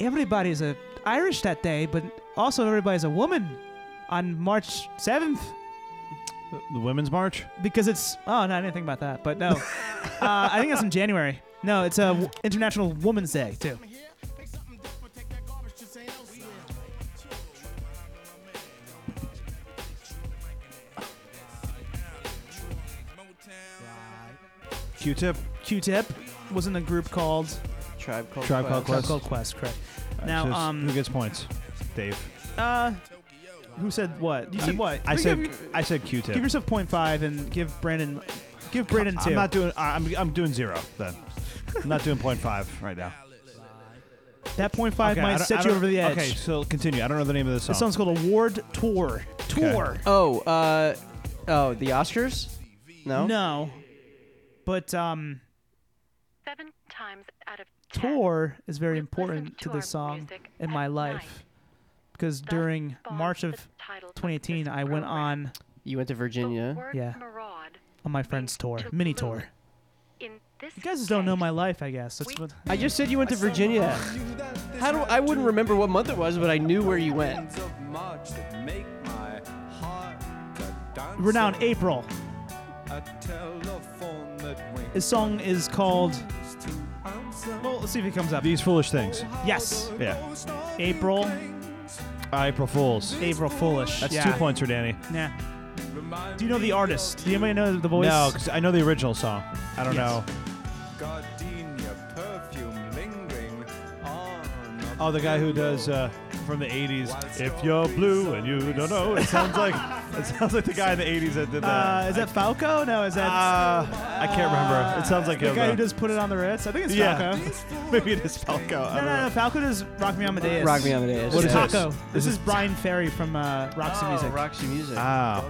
Speaker 5: everybody's a Irish that day, but also everybody's a woman on March 7th
Speaker 3: The Women's March.
Speaker 5: because it's oh no, I didn't think about that. But no, uh, I think that's in January. No, it's a w- International Women's Day too.
Speaker 3: Q-Tip.
Speaker 5: Q-Tip was in a group called
Speaker 4: Tribe Called
Speaker 3: Tribe Called
Speaker 5: Tribe
Speaker 3: Quest.
Speaker 5: Called Quest, correct? Now,
Speaker 3: So it's-
Speaker 5: um,
Speaker 3: who gets points? Dave.
Speaker 5: Uh, who said what? You said what?
Speaker 3: I
Speaker 5: We
Speaker 3: said.
Speaker 5: give,
Speaker 3: I said Q-Tip.
Speaker 5: give yourself 0.5 and give Brandon, give Brandon two.
Speaker 3: I'm not doing. I- I'm, I'm doing zero then. I'm not doing point five right now.
Speaker 5: that 0.5
Speaker 3: Okay, I
Speaker 5: might
Speaker 3: don't- I
Speaker 5: set you
Speaker 3: don't-
Speaker 5: over the edge.
Speaker 3: Okay, so continue. I don't know the name of the song.
Speaker 5: This song's called Award Tour. Tour.
Speaker 4: Oh, uh, oh, the Oscars? No.
Speaker 5: No, but um,
Speaker 7: Seven times out of
Speaker 5: tour is very
Speaker 7: We've
Speaker 5: important
Speaker 7: listened
Speaker 5: to
Speaker 7: to
Speaker 5: this
Speaker 7: our
Speaker 5: song
Speaker 7: music
Speaker 5: in
Speaker 7: at
Speaker 5: my life
Speaker 7: night.
Speaker 5: because
Speaker 7: Thus
Speaker 5: during
Speaker 7: spawned
Speaker 5: March
Speaker 7: the
Speaker 5: of
Speaker 7: title of
Speaker 5: 2018,
Speaker 7: this
Speaker 5: I went
Speaker 7: program.
Speaker 5: on
Speaker 4: You went to
Speaker 7: The
Speaker 4: Virginia.
Speaker 7: word
Speaker 5: Yeah.
Speaker 7: maraud
Speaker 5: on my friend's tour,
Speaker 7: to
Speaker 5: mini
Speaker 7: loot.
Speaker 5: tour.
Speaker 7: in this
Speaker 5: You guys just don't know
Speaker 7: case,
Speaker 5: my life, I guess. That's
Speaker 7: We-
Speaker 5: what.
Speaker 4: I just said you went to Virginia. How do I wouldn't remember what month it was, but I knew where you went.
Speaker 5: We're now in April. This song is called. Well, let's see if it comes up.
Speaker 3: These foolish things.
Speaker 5: Yes,
Speaker 3: Yeah.
Speaker 5: April,
Speaker 3: April Fools.
Speaker 5: April Foolish.
Speaker 3: That's
Speaker 5: yeah.
Speaker 3: two points for Danny.
Speaker 5: Nah. Do you know the artist? Do anybody know the voice?
Speaker 3: No, because I know the original song. I don't
Speaker 5: Yes.
Speaker 3: know. Oh, the guy who does uh, from the '80s. If you're blue and you don't know, it sounds like it sounds like the guy in the '80s that did that.
Speaker 5: Uh, is that Falco? No, is that
Speaker 3: Uh, I can't remember. It sounds like
Speaker 5: the
Speaker 3: him,
Speaker 5: guy who
Speaker 3: though.
Speaker 5: does put it on the Ritz? I think it's
Speaker 3: Yeah.
Speaker 5: Falco.
Speaker 3: Maybe it is Falco. I
Speaker 5: No,
Speaker 3: don't
Speaker 5: no, no.
Speaker 3: know.
Speaker 5: Falco does Rock Me Amadeus.
Speaker 4: Rock Me Amadeus.
Speaker 3: What is
Speaker 4: yeah.
Speaker 3: it?
Speaker 5: Taco. This
Speaker 3: This
Speaker 5: is Brian Ferry from uh, Roxy
Speaker 4: Oh,
Speaker 5: Music.
Speaker 4: Roxy Music.
Speaker 3: Ah. Wow.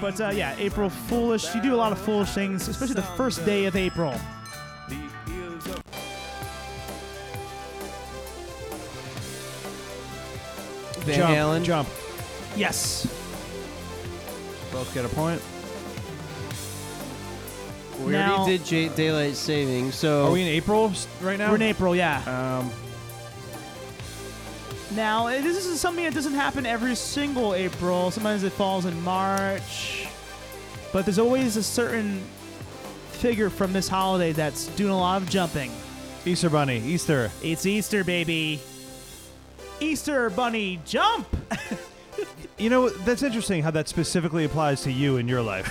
Speaker 5: But uh, yeah, April Foolish. You do a lot of foolish things, especially the first day of April.
Speaker 4: Van
Speaker 3: jump,
Speaker 4: Halen.
Speaker 3: Jump.
Speaker 5: Yes.
Speaker 3: Both get a point.
Speaker 4: We
Speaker 5: Now-
Speaker 4: already did J- daylight saving, so
Speaker 3: Are we in April s- right now?
Speaker 5: We're in April, yeah.
Speaker 3: Um,
Speaker 5: Now, eh, this is something that doesn't happen every single April. Sometimes it falls in March. But there's always a certain figure from this holiday that's doing a lot of jumping.
Speaker 3: Easter Bunny. Easter.
Speaker 5: It's Easter, baby. Easter bunny jump.
Speaker 3: You know that's interesting how that specifically applies to you in your life.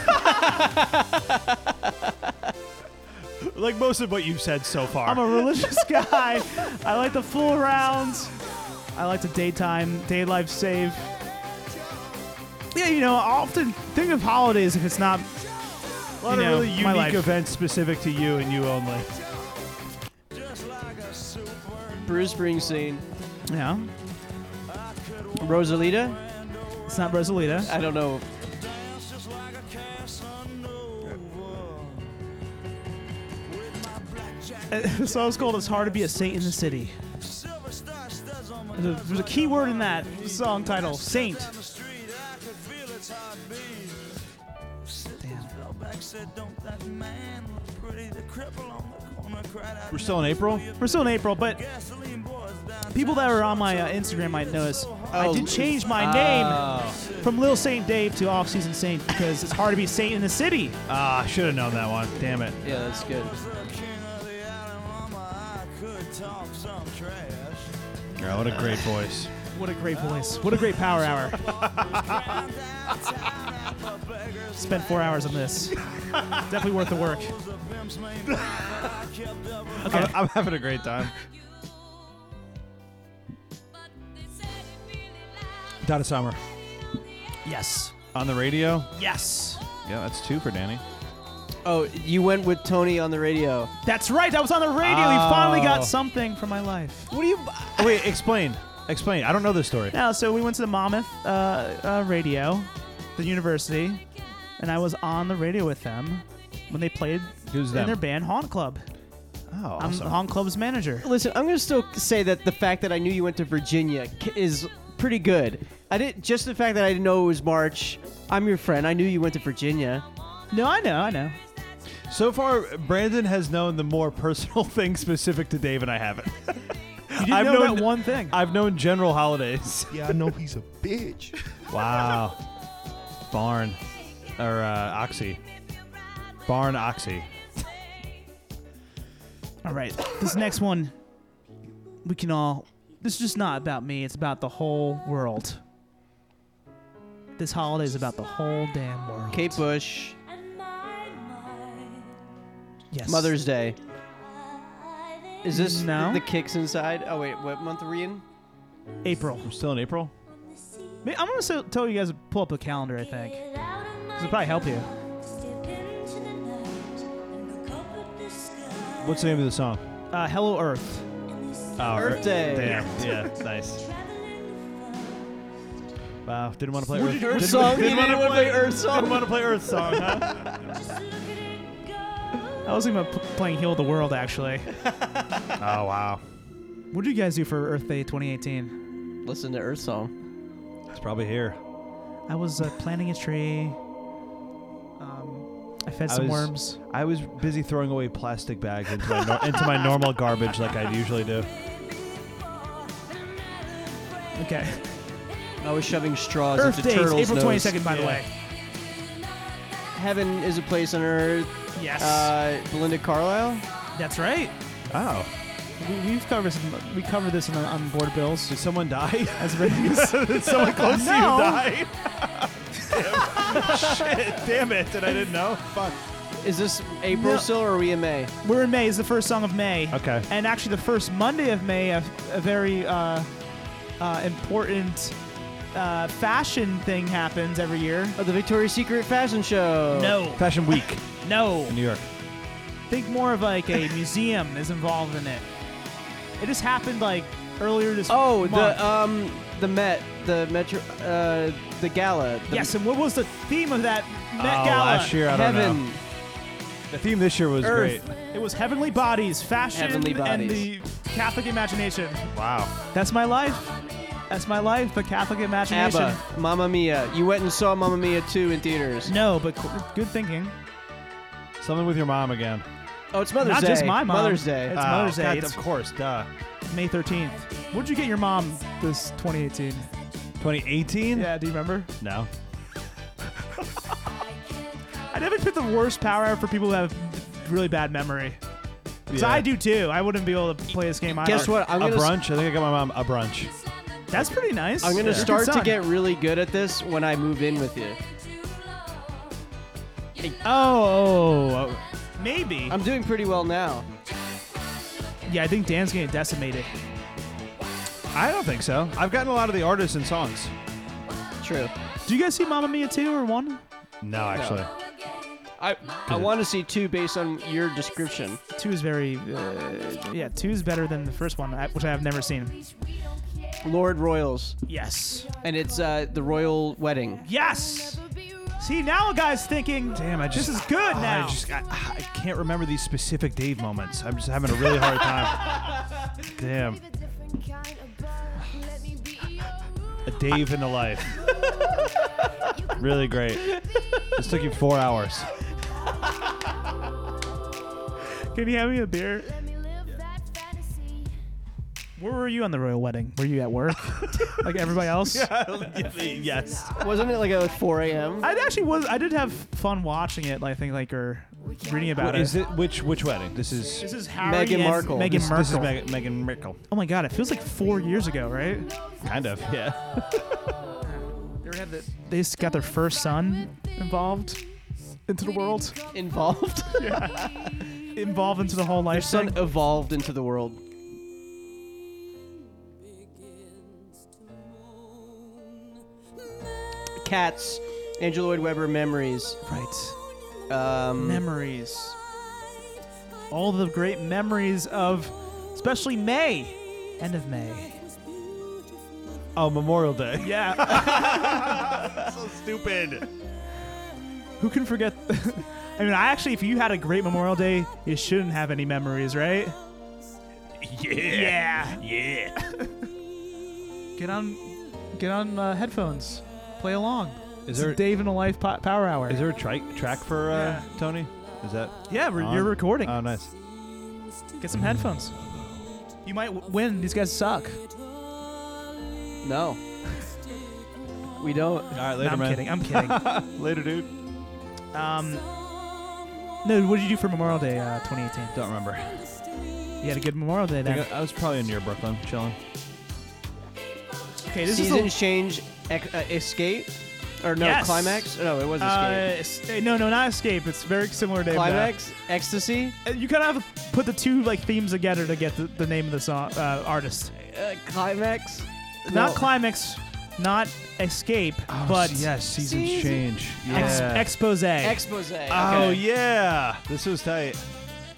Speaker 3: like most of what you've said so far.
Speaker 5: I'm a religious guy. I like to fool around. I like to daytime, day life save. Yeah, you know, I often think of holidays if it's not
Speaker 3: A lot
Speaker 5: you
Speaker 3: of
Speaker 5: know,
Speaker 3: really
Speaker 5: my
Speaker 3: unique
Speaker 5: life.
Speaker 3: events specific to you and you only.
Speaker 4: Bruce Springsteen,
Speaker 5: you know,
Speaker 4: Rosalita.
Speaker 5: it's not Rosalita.
Speaker 4: I don't know.
Speaker 5: The song's called It's Hard to Be a Saint in the City. There's a, there's a key word in that song title Saint. Damn.
Speaker 3: We're still in April.
Speaker 5: We're still in April, but people that are on my uh, Instagram might notice I
Speaker 4: Oh,
Speaker 5: did change my name from Lil Saint Dave to Off Season Saint because it's hard to be Saint in the city.
Speaker 3: Ah, I should have known that one. Damn it.
Speaker 4: Yeah, that's good.
Speaker 3: Yeah, what a great voice.
Speaker 5: What a great voice! What a great power hour. Spent four hours on this. Definitely worth the work. Okay.
Speaker 3: I'm having a great time. Donna Summer
Speaker 5: Yes.
Speaker 3: on the radio.
Speaker 5: Yes.
Speaker 3: Yeah, that's two for Danny.
Speaker 4: Oh, you went with Tony on the radio.
Speaker 5: That's right. I was on the radio. He finally got
Speaker 3: Oh.
Speaker 5: something for my life.
Speaker 4: What do you?
Speaker 3: Oh, wait, explain. Explain. I don't know this story.
Speaker 5: Now, so we went to the Monmouth uh, uh, radio, the university, and I was on the radio with them when they played
Speaker 3: Who's
Speaker 5: in
Speaker 3: them?
Speaker 5: their band Haunt Club.
Speaker 3: Oh,
Speaker 5: I'm
Speaker 3: awesome.
Speaker 5: the Haunt Club's manager.
Speaker 4: Listen, I'm gonna still say that the fact that I knew you went to Virginia k- is pretty good. I didn't just the fact that I didn't know it was March. I'm your friend. I knew you went to Virginia.
Speaker 5: No, I know, I know.
Speaker 3: So far, Brandon has known the more personal things specific to Dave, and I haven't.
Speaker 5: You didn't
Speaker 3: I've
Speaker 5: know
Speaker 3: known-
Speaker 5: that one thing.
Speaker 3: I've known general holidays.
Speaker 8: Yeah, I know he's a bitch.
Speaker 3: Wow. Barn. Or uh, Oxy. Barn Oxy.
Speaker 5: All right, this next one, we can all. This is just not about me. It's about the whole world. This holiday is about the whole damn world.
Speaker 4: Kate Bush,
Speaker 5: Yes.
Speaker 4: Mother's Day. Is this
Speaker 5: No.
Speaker 4: the kicks inside? Oh wait, what month are we in?
Speaker 5: April.
Speaker 3: We're still in April?
Speaker 5: Ma- I'm gonna so- tell you guys to pull up a calendar. I think this will probably help you.
Speaker 3: What's the name of the song?
Speaker 5: Uh, Hello Earth.
Speaker 3: Oh,
Speaker 4: Earth Day.
Speaker 3: Damn. Yeah, nice. Wow. Didn't want to play Earth,
Speaker 4: Earth
Speaker 3: didn't-
Speaker 4: song? You
Speaker 3: Didn't,
Speaker 4: didn't
Speaker 3: want to
Speaker 4: wanna
Speaker 3: play
Speaker 4: play Earth song?
Speaker 3: Didn't want to play Earth song, huh?
Speaker 5: I was thinking about p- playing Heal the World, actually.
Speaker 3: Oh wow,
Speaker 5: What did you guys do for Earth Day 2018?
Speaker 4: Listen to Earth Song.
Speaker 3: it's probably here.
Speaker 5: I was uh, planting a tree. Um, I fed
Speaker 3: I
Speaker 5: some
Speaker 3: was-
Speaker 5: worms.
Speaker 3: I was busy throwing away plastic bags into my, nor- into my normal garbage like I usually do.
Speaker 5: Okay.
Speaker 4: I was shoving straws
Speaker 5: Earth
Speaker 4: into
Speaker 5: Day,
Speaker 4: turtles'
Speaker 5: April
Speaker 4: nose.
Speaker 5: 22nd, by the
Speaker 3: Yeah.
Speaker 5: way.
Speaker 4: Heaven is a place on Earth.
Speaker 5: Yes.
Speaker 4: Uh, Belinda Carlisle.
Speaker 5: That's right.
Speaker 3: Oh,
Speaker 5: We, we've covered some, we covered this on, the- on board bills.
Speaker 3: did someone die?
Speaker 5: As ratings.
Speaker 3: did someone close to you
Speaker 5: No.
Speaker 3: die? Damn. Shit, damn it! And I didn't know. Fuck.
Speaker 4: Is this April
Speaker 5: No.
Speaker 4: still, or are we in May?
Speaker 5: We're in May. It's the first song of May.
Speaker 3: Okay.
Speaker 5: And actually, the first Monday of May, a, a very uh, uh, important uh, fashion thing happens every year.
Speaker 4: Oh, the Victoria's Secret fashion show.
Speaker 5: No.
Speaker 3: Fashion Week
Speaker 5: No.
Speaker 3: in New York.
Speaker 5: Think more of like a museum is involved in it. It just happened like earlier this
Speaker 4: Oh,
Speaker 5: month.
Speaker 4: the um, the Met, the Metro, uh, the gala. The
Speaker 5: yes, and what was the theme of that Met
Speaker 3: Oh,
Speaker 5: Gala?
Speaker 3: Last year, I don't
Speaker 4: Heaven.
Speaker 3: know. The theme this year was
Speaker 5: Earth.
Speaker 3: great.
Speaker 5: It was heavenly bodies, fashion,
Speaker 4: Heavenly
Speaker 5: and the
Speaker 4: bodies.
Speaker 5: Catholic imagination.
Speaker 3: Wow.
Speaker 5: That's my life. That's my life. The Catholic imagination.
Speaker 4: ABBA, Mamma Mia. You went and saw Mamma Mia 2 in theaters.
Speaker 5: No, but c- good thinking.
Speaker 3: Something with your mom again.
Speaker 4: Oh, it's Mother's
Speaker 5: Not
Speaker 4: Day.
Speaker 5: just my mom.
Speaker 4: Mother's Day. Uh,
Speaker 5: It's Mother's Day.
Speaker 3: God,
Speaker 5: It's-
Speaker 3: of course, duh.
Speaker 5: May 13th. What'd you get your mom this 2018?
Speaker 3: 2018?
Speaker 5: Yeah, do you remember?
Speaker 3: No.
Speaker 5: I never picked the worst power hour for people who have really bad memory. Because
Speaker 3: Yeah.
Speaker 5: I do too. I wouldn't be able to play this game either.
Speaker 4: Guess what? I'm
Speaker 3: a
Speaker 4: gonna.
Speaker 3: brunch. I think I got my mom a brunch.
Speaker 5: That's pretty nice.
Speaker 4: I'm gonna
Speaker 5: Your
Speaker 4: start to
Speaker 5: son.
Speaker 4: get really good at this when I move in with you.
Speaker 5: Oh, oh, oh. maybe.
Speaker 4: I'm doing pretty well now.
Speaker 5: yeah, I think Dan's gonna decimate it.
Speaker 3: I don't think so. I've gotten a lot of the artists and songs.
Speaker 4: True.
Speaker 5: Do you guys see Mamma Mia 2 or 1?
Speaker 3: No, actually.
Speaker 4: I I want to see two based on your description.
Speaker 5: 2 is very. Uh, yeah, 2 is better than the first one, I- which I have never seen.
Speaker 4: Lord Royals,
Speaker 5: Yes.
Speaker 4: and it's uh, the royal wedding.
Speaker 5: Yes! See, now a guy's thinking,
Speaker 3: Damn, I just
Speaker 5: this is good
Speaker 3: I
Speaker 5: now.
Speaker 3: just I, I can't remember these specific Dave moments. I'm just having a really hard time. Damn, a Dave in the life. really great. This took you four hours.
Speaker 5: Can you have me a beer? Where were you on the royal wedding? Were you at work? like everybody else?
Speaker 3: yes.
Speaker 4: Wasn't it like at 4 a.m.?
Speaker 5: I actually was. I did have fun watching it. like, I think, like, or reading about
Speaker 3: Is
Speaker 5: it.
Speaker 3: it which which wedding? This is
Speaker 5: This is Harry
Speaker 4: Meghan
Speaker 5: and
Speaker 4: Markle.
Speaker 5: Meghan
Speaker 4: This-
Speaker 5: Markle.
Speaker 3: this is Meg- Meghan Merkel.
Speaker 5: oh my God! It feels like four years ago, right?
Speaker 3: Kind of, yeah.
Speaker 5: They just got their first son involved into the world,
Speaker 4: Involved.
Speaker 5: involved into the whole
Speaker 4: Your
Speaker 5: life.
Speaker 4: son
Speaker 5: thing.
Speaker 4: evolved into the world. Cats, Angela Lloyd Webber, Memories.
Speaker 5: right?
Speaker 4: Um,
Speaker 5: Memories. All the great memories of, especially May, end of May.
Speaker 3: Oh, Memorial Day.
Speaker 5: Yeah.
Speaker 3: so stupid.
Speaker 5: Who can forget? I mean, I actually, if you had a great Memorial Day, you shouldn't have any memories, right?
Speaker 3: Yeah.
Speaker 5: Yeah.
Speaker 3: Yeah.
Speaker 5: Get on, get on uh, headphones. Play along.
Speaker 3: Is there
Speaker 5: it's a Dave and a Life po- Power Hour.
Speaker 3: is there a tri- track for uh,
Speaker 5: Yeah.
Speaker 3: Tony? Is that?
Speaker 5: yeah, we're-
Speaker 3: on?
Speaker 5: you're recording.
Speaker 3: Oh, nice.
Speaker 5: Get some headphones. You might w- win. These guys suck.
Speaker 4: No. we don't.
Speaker 3: All right,
Speaker 5: No,
Speaker 3: later,
Speaker 5: I'm
Speaker 3: man.
Speaker 5: kidding. I'm kidding.
Speaker 3: Later, dude.
Speaker 5: um, no, what did you do for Memorial Day uh, 2018?
Speaker 3: Don't remember.
Speaker 5: You had a good Memorial Day
Speaker 3: I,
Speaker 5: then.
Speaker 3: think I- I was probably near Brooklyn, chilling.
Speaker 5: Okay, this
Speaker 4: Seasons
Speaker 5: is
Speaker 4: change, ec- uh, escape, or no
Speaker 5: Yes.
Speaker 4: climax? Oh, No, it was
Speaker 5: the,
Speaker 4: escape.
Speaker 5: uh, s- eh, no, no, not Escape. It's very similar to
Speaker 4: climax, ecstasy,
Speaker 5: Uh, You kind of have to put the two like themes together to get the, the name of the song uh, artist.
Speaker 4: uh, climax.
Speaker 5: Not
Speaker 4: No.
Speaker 5: climax, not escape, but
Speaker 3: yes, Oh, seasons
Speaker 4: Season-
Speaker 3: change. Yeah.
Speaker 5: ex- expose.
Speaker 4: expose. Okay.
Speaker 3: oh yeah, this was tight.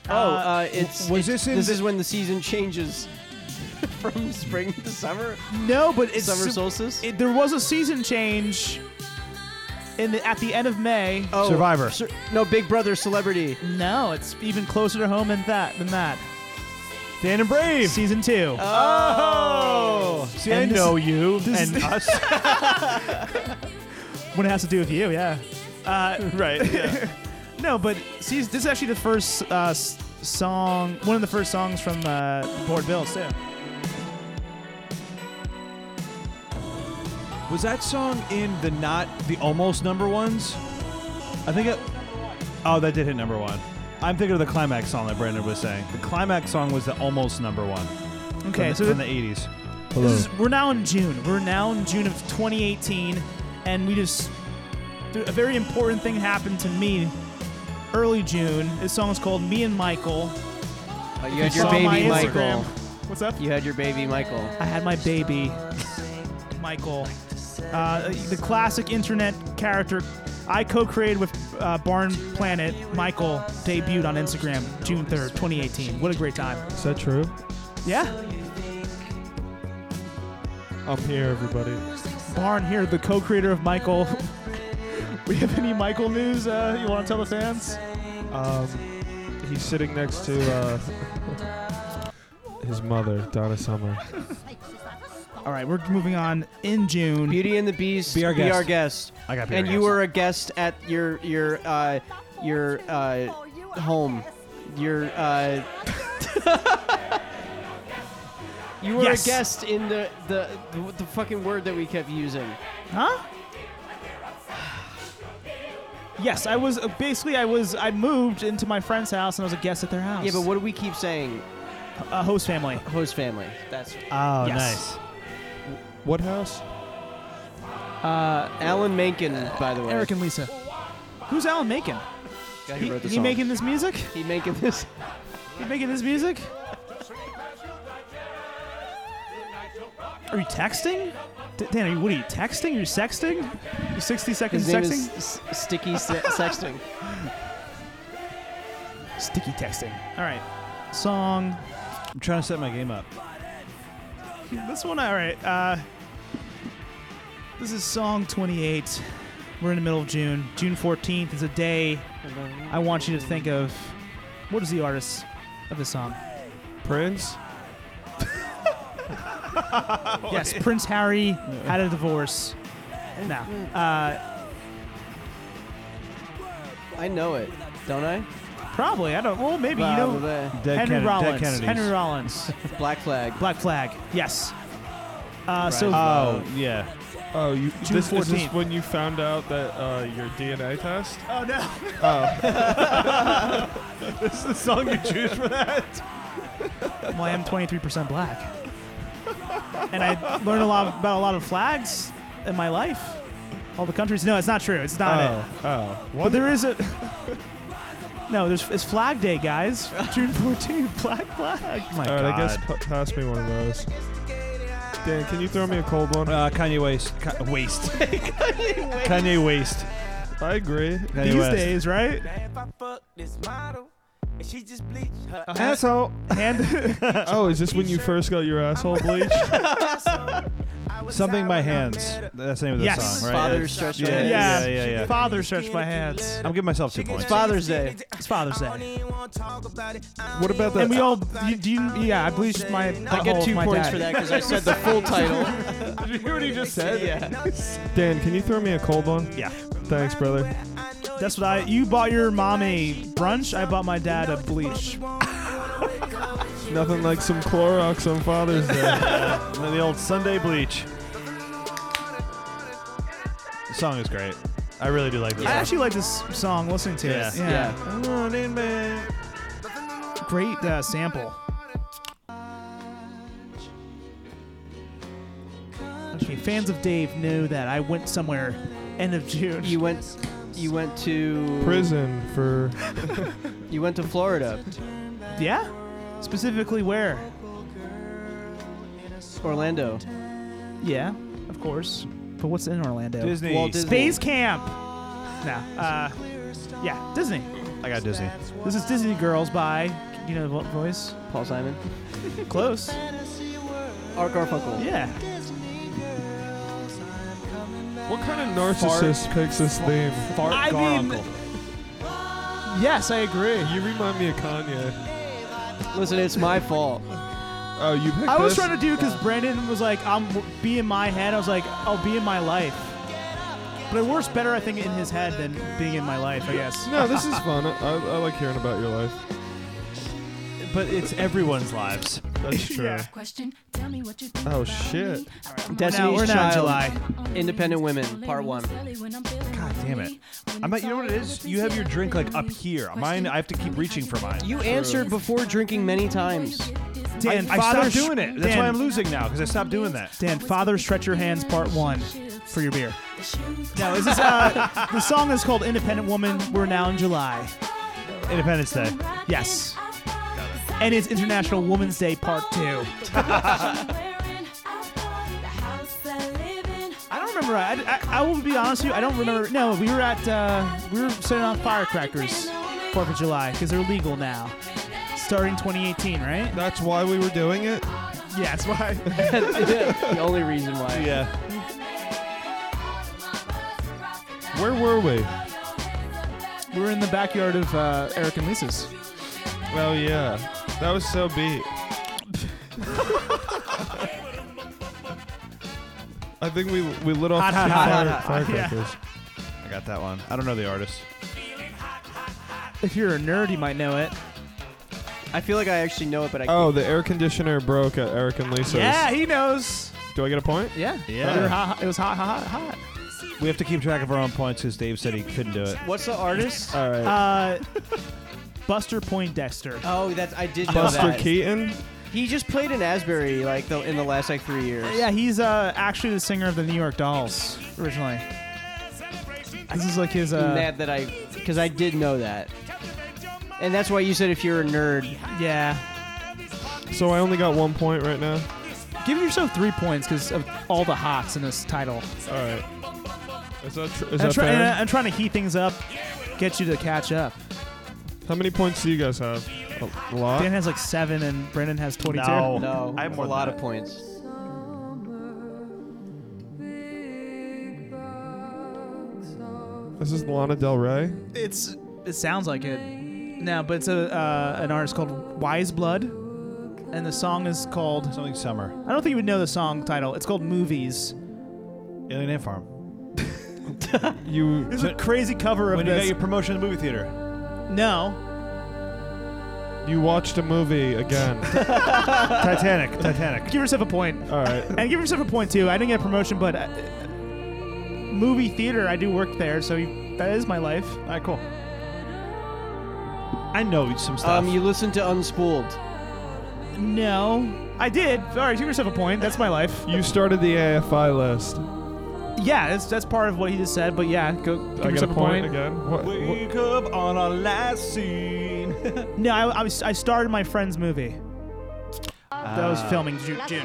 Speaker 4: Oh, uh, it's it's-
Speaker 3: was this in
Speaker 4: this
Speaker 3: the-
Speaker 4: is when the season changes from spring to summer,
Speaker 5: no, but it's
Speaker 4: summer
Speaker 5: su-
Speaker 4: solstice.
Speaker 5: it, there was a season change in the, at the end of May.
Speaker 4: Oh,
Speaker 3: Survivor.
Speaker 4: sur- no, Big Brother celebrity.
Speaker 5: No, it's even closer to home than that. Than that.
Speaker 3: Dan and Brave.
Speaker 5: Season two.
Speaker 3: oh, see, I
Speaker 5: And this
Speaker 3: know
Speaker 5: is-
Speaker 3: you
Speaker 5: this
Speaker 3: and
Speaker 5: is-
Speaker 3: us.
Speaker 5: When it has to do with you, yeah. Uh,
Speaker 3: right. Yeah.
Speaker 5: no, but season, this is actually the first uh, s- song, one of the first songs from uh, Board Bills too.
Speaker 3: Was that song in the not the almost number ones? I think it. Oh, that did hit number one. I'm thinking of the climax song that Brandon was saying. The climax song was the almost number one.
Speaker 5: Okay,
Speaker 3: from,
Speaker 5: so
Speaker 3: the,
Speaker 5: the,
Speaker 3: from the 80s.
Speaker 5: This is, we're now in June. We're now in June of 2018, and we just th- a very important thing happened to me early June. This song is called "Me and Michael."
Speaker 4: Uh, you had
Speaker 5: It's
Speaker 4: your
Speaker 5: on my
Speaker 4: baby
Speaker 5: Instagram.
Speaker 4: Michael.
Speaker 5: What's up?
Speaker 4: You had your baby Michael.
Speaker 5: I had my baby, Michael, uh, the classic internet character I co-created with uh, Barn Planet. Michael debuted on Instagram June 3rd, 2018. What a great time!
Speaker 7: Is that true?
Speaker 5: Yeah,
Speaker 7: I'm here, everybody.
Speaker 5: Barn here, the co-creator of Michael. we have any Michael news uh, you want to tell the fans?
Speaker 7: Um, he's sitting next to uh, his mother, Donna Summer.
Speaker 5: All right, we're moving on in June.
Speaker 4: Beauty and the Beast.
Speaker 3: Be our guest.
Speaker 4: guest.
Speaker 3: I got
Speaker 4: And you were a guest at your your uh, your uh, home. Your uh, you were
Speaker 5: Yes.
Speaker 4: a guest in the, the the the fucking word that we kept using.
Speaker 5: Huh? Yes, I was uh, basically I was I moved into my friend's house and I was a guest at their house.
Speaker 4: Yeah, but what do we keep saying?
Speaker 5: a host family.
Speaker 4: Host family. Uh, That's
Speaker 3: Oh,
Speaker 5: Yes.
Speaker 7: What house?
Speaker 5: Uh,
Speaker 4: Alan Menken, by the way.
Speaker 5: Eric and Lisa. Who's Alan Macon?
Speaker 4: Guy who
Speaker 5: He,
Speaker 4: wrote the
Speaker 5: he
Speaker 4: song.
Speaker 5: making this music?
Speaker 4: He making this.
Speaker 5: He making this music? Are you texting? D- Dan, are you, what are you texting? Are you sexting? You 60 seconds
Speaker 4: His name
Speaker 5: sexting?
Speaker 4: is S- Sticky Se- Sexting.
Speaker 5: Sticky texting. All right. Song.
Speaker 3: I'm trying to set my game up.
Speaker 5: This one, all right. Uh, this is song 28. We're in the middle of June. June 14th is a day I want you to think of. What is the artist of the song?
Speaker 7: Prince?
Speaker 5: yes, Prince Harry had a divorce. No. Uh,
Speaker 4: I know it, don't I?
Speaker 5: probably. I don't. Well, maybe. You
Speaker 4: Blah,
Speaker 5: know,
Speaker 4: blah,
Speaker 5: Henry
Speaker 3: Dead Kennedy- Dead
Speaker 5: Rollins.
Speaker 3: Kennedys.
Speaker 5: Henry Rollins.
Speaker 4: blah. Black Flag.
Speaker 5: Black Flag. Yes. Uh, so
Speaker 3: Oh, yeah.
Speaker 7: Oh, you.
Speaker 5: June
Speaker 7: this, is this
Speaker 5: 14th.
Speaker 7: when you found out that uh, your DNA test?
Speaker 5: Oh no.
Speaker 3: Oh, This is the song you choose for that?
Speaker 5: Well, I am 23% black. and I learned a lot about a lot of flags in my life. All the countries. No, it's not true. It's not it.
Speaker 7: Oh, oh.
Speaker 5: But there is a. no, there's it's Flag Day, guys. June 14th, Black Flag.
Speaker 3: Oh, my
Speaker 7: All right,
Speaker 3: God.
Speaker 7: I guess p- pass me one of those. Dan, can you throw me a cold one?
Speaker 3: Uh, Kanye West. Ka- waste. Kanye Waste.
Speaker 7: I agree.
Speaker 3: Kanye
Speaker 5: These
Speaker 3: West.
Speaker 5: days, right?
Speaker 1: If I fuck this model, and she just bleach her
Speaker 7: Asshole.
Speaker 5: And
Speaker 7: Oh, is this when you first got your asshole bleached?
Speaker 3: Something by hands. That's the name of the
Speaker 5: Yes.
Speaker 3: song, right?
Speaker 4: Father
Speaker 3: It's-
Speaker 4: Stretch
Speaker 3: yeah,
Speaker 4: My
Speaker 3: yeah,
Speaker 4: Hands.
Speaker 3: yeah,
Speaker 5: yeah,
Speaker 3: yeah, yeah.
Speaker 5: Father stretched my hands.
Speaker 3: I'm giving myself two points.
Speaker 4: Father's Day.
Speaker 5: It's Father's Day.
Speaker 7: What about
Speaker 5: And we
Speaker 7: that?
Speaker 5: all, you, do you, yeah, I bleached my.
Speaker 4: I get two points for that because I said the full title.
Speaker 7: Did you hear what he just said?
Speaker 4: yeah.
Speaker 7: Dan, can you throw me a cold one?
Speaker 3: Yeah.
Speaker 7: Thanks, brother.
Speaker 5: That's what I. You bought your mom a brunch. I bought my dad a bleach.
Speaker 7: Nothing like some Clorox on Father's Day.
Speaker 3: And then the old Sunday Bleach. The song is great. I really do like this
Speaker 5: I
Speaker 3: song.
Speaker 5: actually like this song. Listening to it,
Speaker 3: Yeah.
Speaker 4: Yeah.
Speaker 3: Come on in, man.
Speaker 5: great uh, sample. Okay, fans of Dave know that I went somewhere end of June.
Speaker 4: You went. You went to
Speaker 7: Prison for
Speaker 4: You went to Florida,
Speaker 5: yeah? Specifically where?
Speaker 4: Orlando,
Speaker 5: Yeah, of course. But what's in Orlando?
Speaker 3: Disney.
Speaker 4: Walt Disney.
Speaker 5: Space Camp. No. Uh, yeah, Disney.
Speaker 3: I got Disney.
Speaker 5: This is Disney Girls by. Do you know the vo- voice?
Speaker 4: Paul Simon,
Speaker 5: Close.
Speaker 4: Art Garfunkel.
Speaker 5: Yeah.
Speaker 7: What kind of narcissist picks this theme?
Speaker 3: Fart
Speaker 5: I mean-
Speaker 3: Garuncle.
Speaker 5: Yes, I agree.
Speaker 7: You remind me of Kanye.
Speaker 4: Listen, it's my fault.
Speaker 7: Oh, you picked
Speaker 5: I was
Speaker 7: this?
Speaker 5: trying to do because Brandon was like, "I'm be in my head." I was like, "I'll be in my life." But it works better, I think, in his head than being in my life. I guess.
Speaker 7: No, this is fun. I, I, I like hearing about your life.
Speaker 3: But it's everyone's lives.
Speaker 7: That's true.
Speaker 5: Yeah.
Speaker 9: Question, tell me what you think
Speaker 7: Oh,
Speaker 9: about
Speaker 7: shit.
Speaker 9: me.
Speaker 4: Destiny's
Speaker 5: we're now in
Speaker 4: Child.
Speaker 5: July.
Speaker 4: Independent Women, part one.
Speaker 9: God
Speaker 3: damn it. I'm not, you know what it is? You have your drink like up here. Mine, I have to keep reaching for mine.
Speaker 4: You answered before drinking many times.
Speaker 5: Dan,
Speaker 3: I
Speaker 5: Father
Speaker 3: stopped doing it. That's
Speaker 5: Dan,
Speaker 3: why I'm losing now because I stopped doing that.
Speaker 5: Dan, Father Stretch Your Hands Part 1 for your beer.
Speaker 3: Oh,
Speaker 5: No, is this, uh, the song is called Independent Woman. We're now in July.
Speaker 3: Independence Day.
Speaker 5: Yes. And it's International Women's Day Part 2. I don't remember. I, I, I will be honest with you. I don't remember. No, we were at, uh, we were setting off firecrackers 4th of July because they're legal now. Starting 2018, right?
Speaker 7: That's why we were doing it?
Speaker 5: Yeah, that's why.
Speaker 4: the only reason why.
Speaker 3: Yeah.
Speaker 7: Where were we?
Speaker 5: we're in the backyard of uh, Eric and Lisa's.
Speaker 7: Oh, yeah. That was so beat. I think we we lit off
Speaker 5: Hot, hot,
Speaker 7: two
Speaker 5: hot,
Speaker 7: Oh, fire,
Speaker 5: hot, hot. Yeah.
Speaker 7: firecrackers.
Speaker 3: I got that one. I don't know the artist.
Speaker 5: If you're a nerd, you might know it.
Speaker 4: I feel like I actually know it, but I
Speaker 7: Oh, the air conditioner broke at Eric and Lisa's.
Speaker 5: Yeah, he knows.
Speaker 7: Do I get a point?
Speaker 4: yeah.
Speaker 5: We were hot- it was hot, hot, hot,
Speaker 3: We have to keep track of our own points because Dave said he couldn't do it.
Speaker 4: What's the artist?
Speaker 7: All right.
Speaker 5: hot. Uh, Buster Poindexter.
Speaker 4: Oh, that's I did know
Speaker 7: Buster
Speaker 4: that.
Speaker 7: Keaton.
Speaker 4: He just played in Asbury like the, in the last like three years.
Speaker 5: Yeah, he's uh, actually the singer of the New York Dolls originally. This is like his. Uh,
Speaker 4: Mad that I because I did know that, and that's why you said if you're a nerd,
Speaker 5: yeah.
Speaker 7: So I only got one point right now.
Speaker 5: Give yourself three points because of all the hots in this title.
Speaker 7: All right. Is that, tr- is
Speaker 5: I'm,
Speaker 7: that
Speaker 5: try-
Speaker 7: fair?
Speaker 5: and I- I'm trying to heat things up, get you to catch up.
Speaker 7: How many points do you guys have? A lot.
Speaker 5: Dan has like seven and Brendan has 22.
Speaker 3: No.
Speaker 4: no,
Speaker 3: I have
Speaker 4: it's
Speaker 3: more
Speaker 4: a
Speaker 3: than
Speaker 4: lot
Speaker 3: that.
Speaker 4: of points.
Speaker 7: This is Lana Del Rey.
Speaker 5: It's it sounds like it. No, but it's a uh, an artist called Wise Blood, and the song is called.
Speaker 3: Something summer.
Speaker 5: I don't think you would know the song title. It's called Movies.
Speaker 3: Alien Ant Farm.
Speaker 7: You.
Speaker 5: It's a crazy cover of
Speaker 3: When you got
Speaker 5: this.
Speaker 3: your promotion in the movie theater.
Speaker 5: no,
Speaker 7: You watched a movie again.
Speaker 3: Titanic. Titanic.
Speaker 5: give yourself a point,
Speaker 7: All right.
Speaker 5: and give yourself a point too. I didn't get a promotion, but uh, movie theater. I do work there, so you, that is my life.
Speaker 3: All right, cool. I know some stuff.
Speaker 4: Um, you listen to Unspooled.
Speaker 5: No, I did. All right, give yourself a point. That's my life.
Speaker 7: You started the AFI list.
Speaker 5: Yeah, that's that's part of what he just said. But yeah, go give
Speaker 7: I get a
Speaker 5: yourself
Speaker 7: point, again. What, what-
Speaker 3: Wake up on our last scene. that
Speaker 5: No, I, I, was, I started my friend's movie. that
Speaker 4: Ah.
Speaker 5: was filming June. June.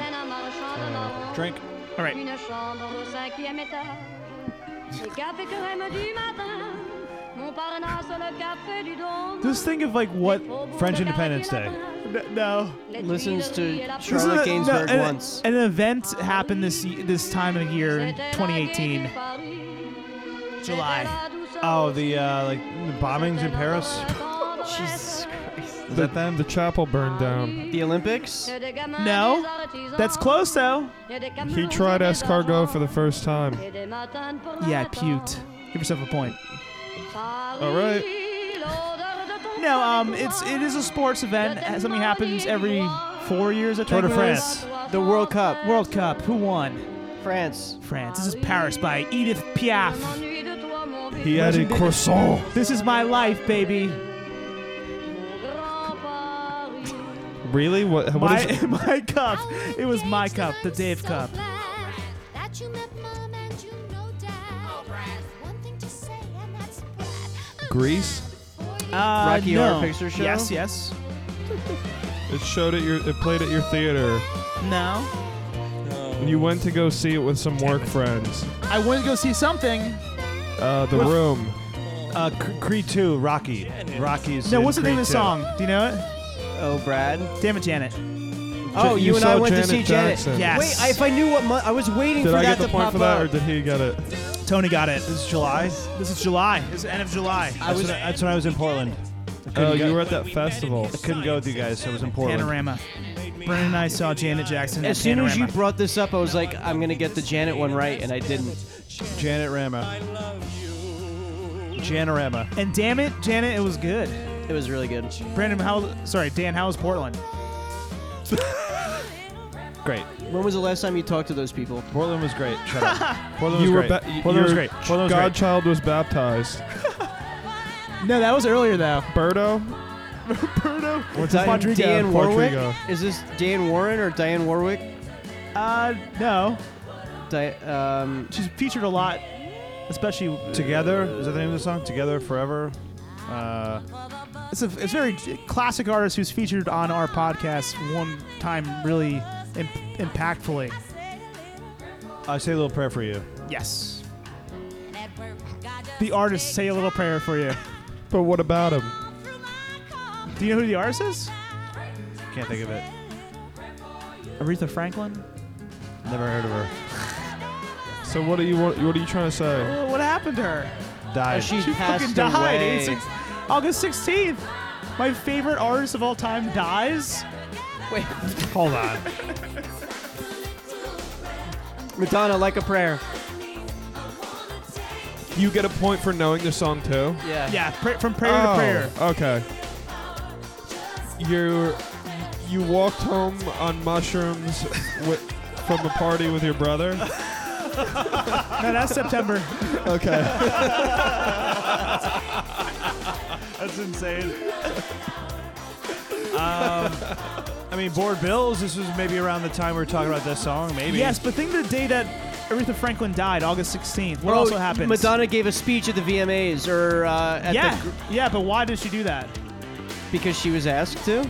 Speaker 3: Drink.
Speaker 5: All right. Just think of like what.
Speaker 3: French Independence Day.
Speaker 5: No.
Speaker 4: Listens to
Speaker 5: This is
Speaker 4: Charlotte
Speaker 5: a-
Speaker 4: Gainsbourg
Speaker 5: no, an-
Speaker 4: once.
Speaker 5: An event happened this y- this time of year, in 2018, July.
Speaker 3: Oh, the uh, like bombings in Paris.
Speaker 4: Jesus Christ.
Speaker 3: Is that them?
Speaker 7: the chapel burned down.
Speaker 4: The Olympics?
Speaker 5: No, that's close though.
Speaker 7: He tried escargot for the first time.
Speaker 5: Yeah, I puked. Give yourself a point.
Speaker 7: All right.
Speaker 5: No, um, it's it is a sports event. Ha- Something happens every four years. I
Speaker 3: Tour
Speaker 5: think
Speaker 3: de
Speaker 5: it is.
Speaker 3: France.
Speaker 4: The World Cup.
Speaker 5: World Cup. Who won?
Speaker 4: France.
Speaker 5: France. This is Paris by Edith Piaf.
Speaker 7: He had a croissant.
Speaker 5: This is my life, baby.
Speaker 7: Really? What? what
Speaker 5: My
Speaker 7: is-
Speaker 5: my cup. It was my cup. The Dave cup.
Speaker 9: Oh,
Speaker 7: Grease?
Speaker 5: Uh,
Speaker 4: Rocky
Speaker 5: no.
Speaker 4: Horror Picture Show?
Speaker 5: Yes, yes.
Speaker 7: It showed at your. It played at your theater.
Speaker 5: No.
Speaker 7: And you went to go see it with some work friends.
Speaker 5: I went to go see something.
Speaker 7: Uh, the room.
Speaker 3: Uh, C- Creed 2, Rocky. Rocky's.
Speaker 5: No,
Speaker 3: in
Speaker 5: what's the name
Speaker 3: Creed
Speaker 5: of the
Speaker 3: 2.
Speaker 5: song? Do you know it?
Speaker 4: Oh, Brad.
Speaker 5: Damn it, Janet.
Speaker 3: Oh,
Speaker 4: Oh, you, and
Speaker 7: saw
Speaker 4: I went
Speaker 7: Janet
Speaker 4: to see Janet.
Speaker 7: Jackson.
Speaker 5: Yeah.
Speaker 4: Wait, I- if I knew what month, I was waiting
Speaker 7: Did
Speaker 4: for
Speaker 7: I
Speaker 4: that
Speaker 7: get the
Speaker 4: to
Speaker 7: point
Speaker 4: pop
Speaker 7: for that, or
Speaker 4: up.
Speaker 7: did he get it?
Speaker 5: Tony got it. This is July. This is July. This is the end of July.
Speaker 3: I was, that's when I was in Portland. go-
Speaker 7: Oh, you were at that festival.
Speaker 3: I couldn't go with you guys. so I was in Portland.
Speaker 5: Panorama. Brennan and I saw Janet Jackson.
Speaker 4: As
Speaker 5: at
Speaker 4: soon as you
Speaker 5: Panorama.
Speaker 4: brought this up, I was like, I'm gonna get the Janet one right, and I didn't.
Speaker 3: Janet Rama. Janorama.
Speaker 5: and damn it, Janet, it was good.
Speaker 4: It was really good.
Speaker 5: Brandon, how? Sorry, Dan, how was Portland?
Speaker 3: Great.
Speaker 4: When was the last time you talked to those people?
Speaker 3: Portland was great. Shut up. Portland
Speaker 7: you
Speaker 3: was
Speaker 7: were
Speaker 3: great.
Speaker 7: ba- y-
Speaker 3: Portland was
Speaker 7: your
Speaker 3: great. Portland was great.
Speaker 7: Godchild was baptized.
Speaker 4: No, that was earlier though.
Speaker 7: Birdo.
Speaker 4: What's
Speaker 7: that?
Speaker 4: Dan Warwick?
Speaker 7: Rodrigo.
Speaker 4: Is this Dan Warren or Diane Warwick?
Speaker 5: Uh, no,
Speaker 4: Di- um,
Speaker 5: she's featured a lot, especially.
Speaker 3: Together is that the name of the song? Together forever. Uh,
Speaker 5: It's a it's very j- classic artist who's featured on our podcast one time, really im- impactfully.
Speaker 3: I say a little prayer for you.
Speaker 5: Yes. The artist say a little prayer for you.
Speaker 7: But what about him?
Speaker 5: Do you know who the artist is?
Speaker 3: Can't think of it.
Speaker 5: Aretha Franklin.
Speaker 3: Never heard of her.
Speaker 7: So what are you what are you trying to say?
Speaker 5: Well, Uh, what happened to her?
Speaker 3: Died.
Speaker 4: she,
Speaker 5: She
Speaker 4: passed
Speaker 5: fucking died.
Speaker 4: away.
Speaker 5: It's six- August 16th. My favorite artist of all time dies.
Speaker 4: Wait,
Speaker 3: Hold on.
Speaker 4: Madonna, like a prayer.
Speaker 7: You get a point for knowing the song too.
Speaker 4: Yeah.
Speaker 5: Yeah, pra- from prayer to
Speaker 7: Oh,
Speaker 5: prayer.
Speaker 7: Okay. You you walked home on mushrooms with, from the party with your brother.
Speaker 5: No, that's September.
Speaker 7: Okay.
Speaker 3: That's insane. um, I mean, bored bills. This was maybe around the time we were talking about this song. Maybe.
Speaker 5: Yes, but think of the day that Aretha Franklin died, August 16th. What
Speaker 4: Oh,
Speaker 5: also happened?
Speaker 4: Madonna gave a speech at the VMAs, or uh, at
Speaker 5: Yeah,
Speaker 4: the gr-
Speaker 5: yeah, but why did she do that?
Speaker 4: because she was asked to.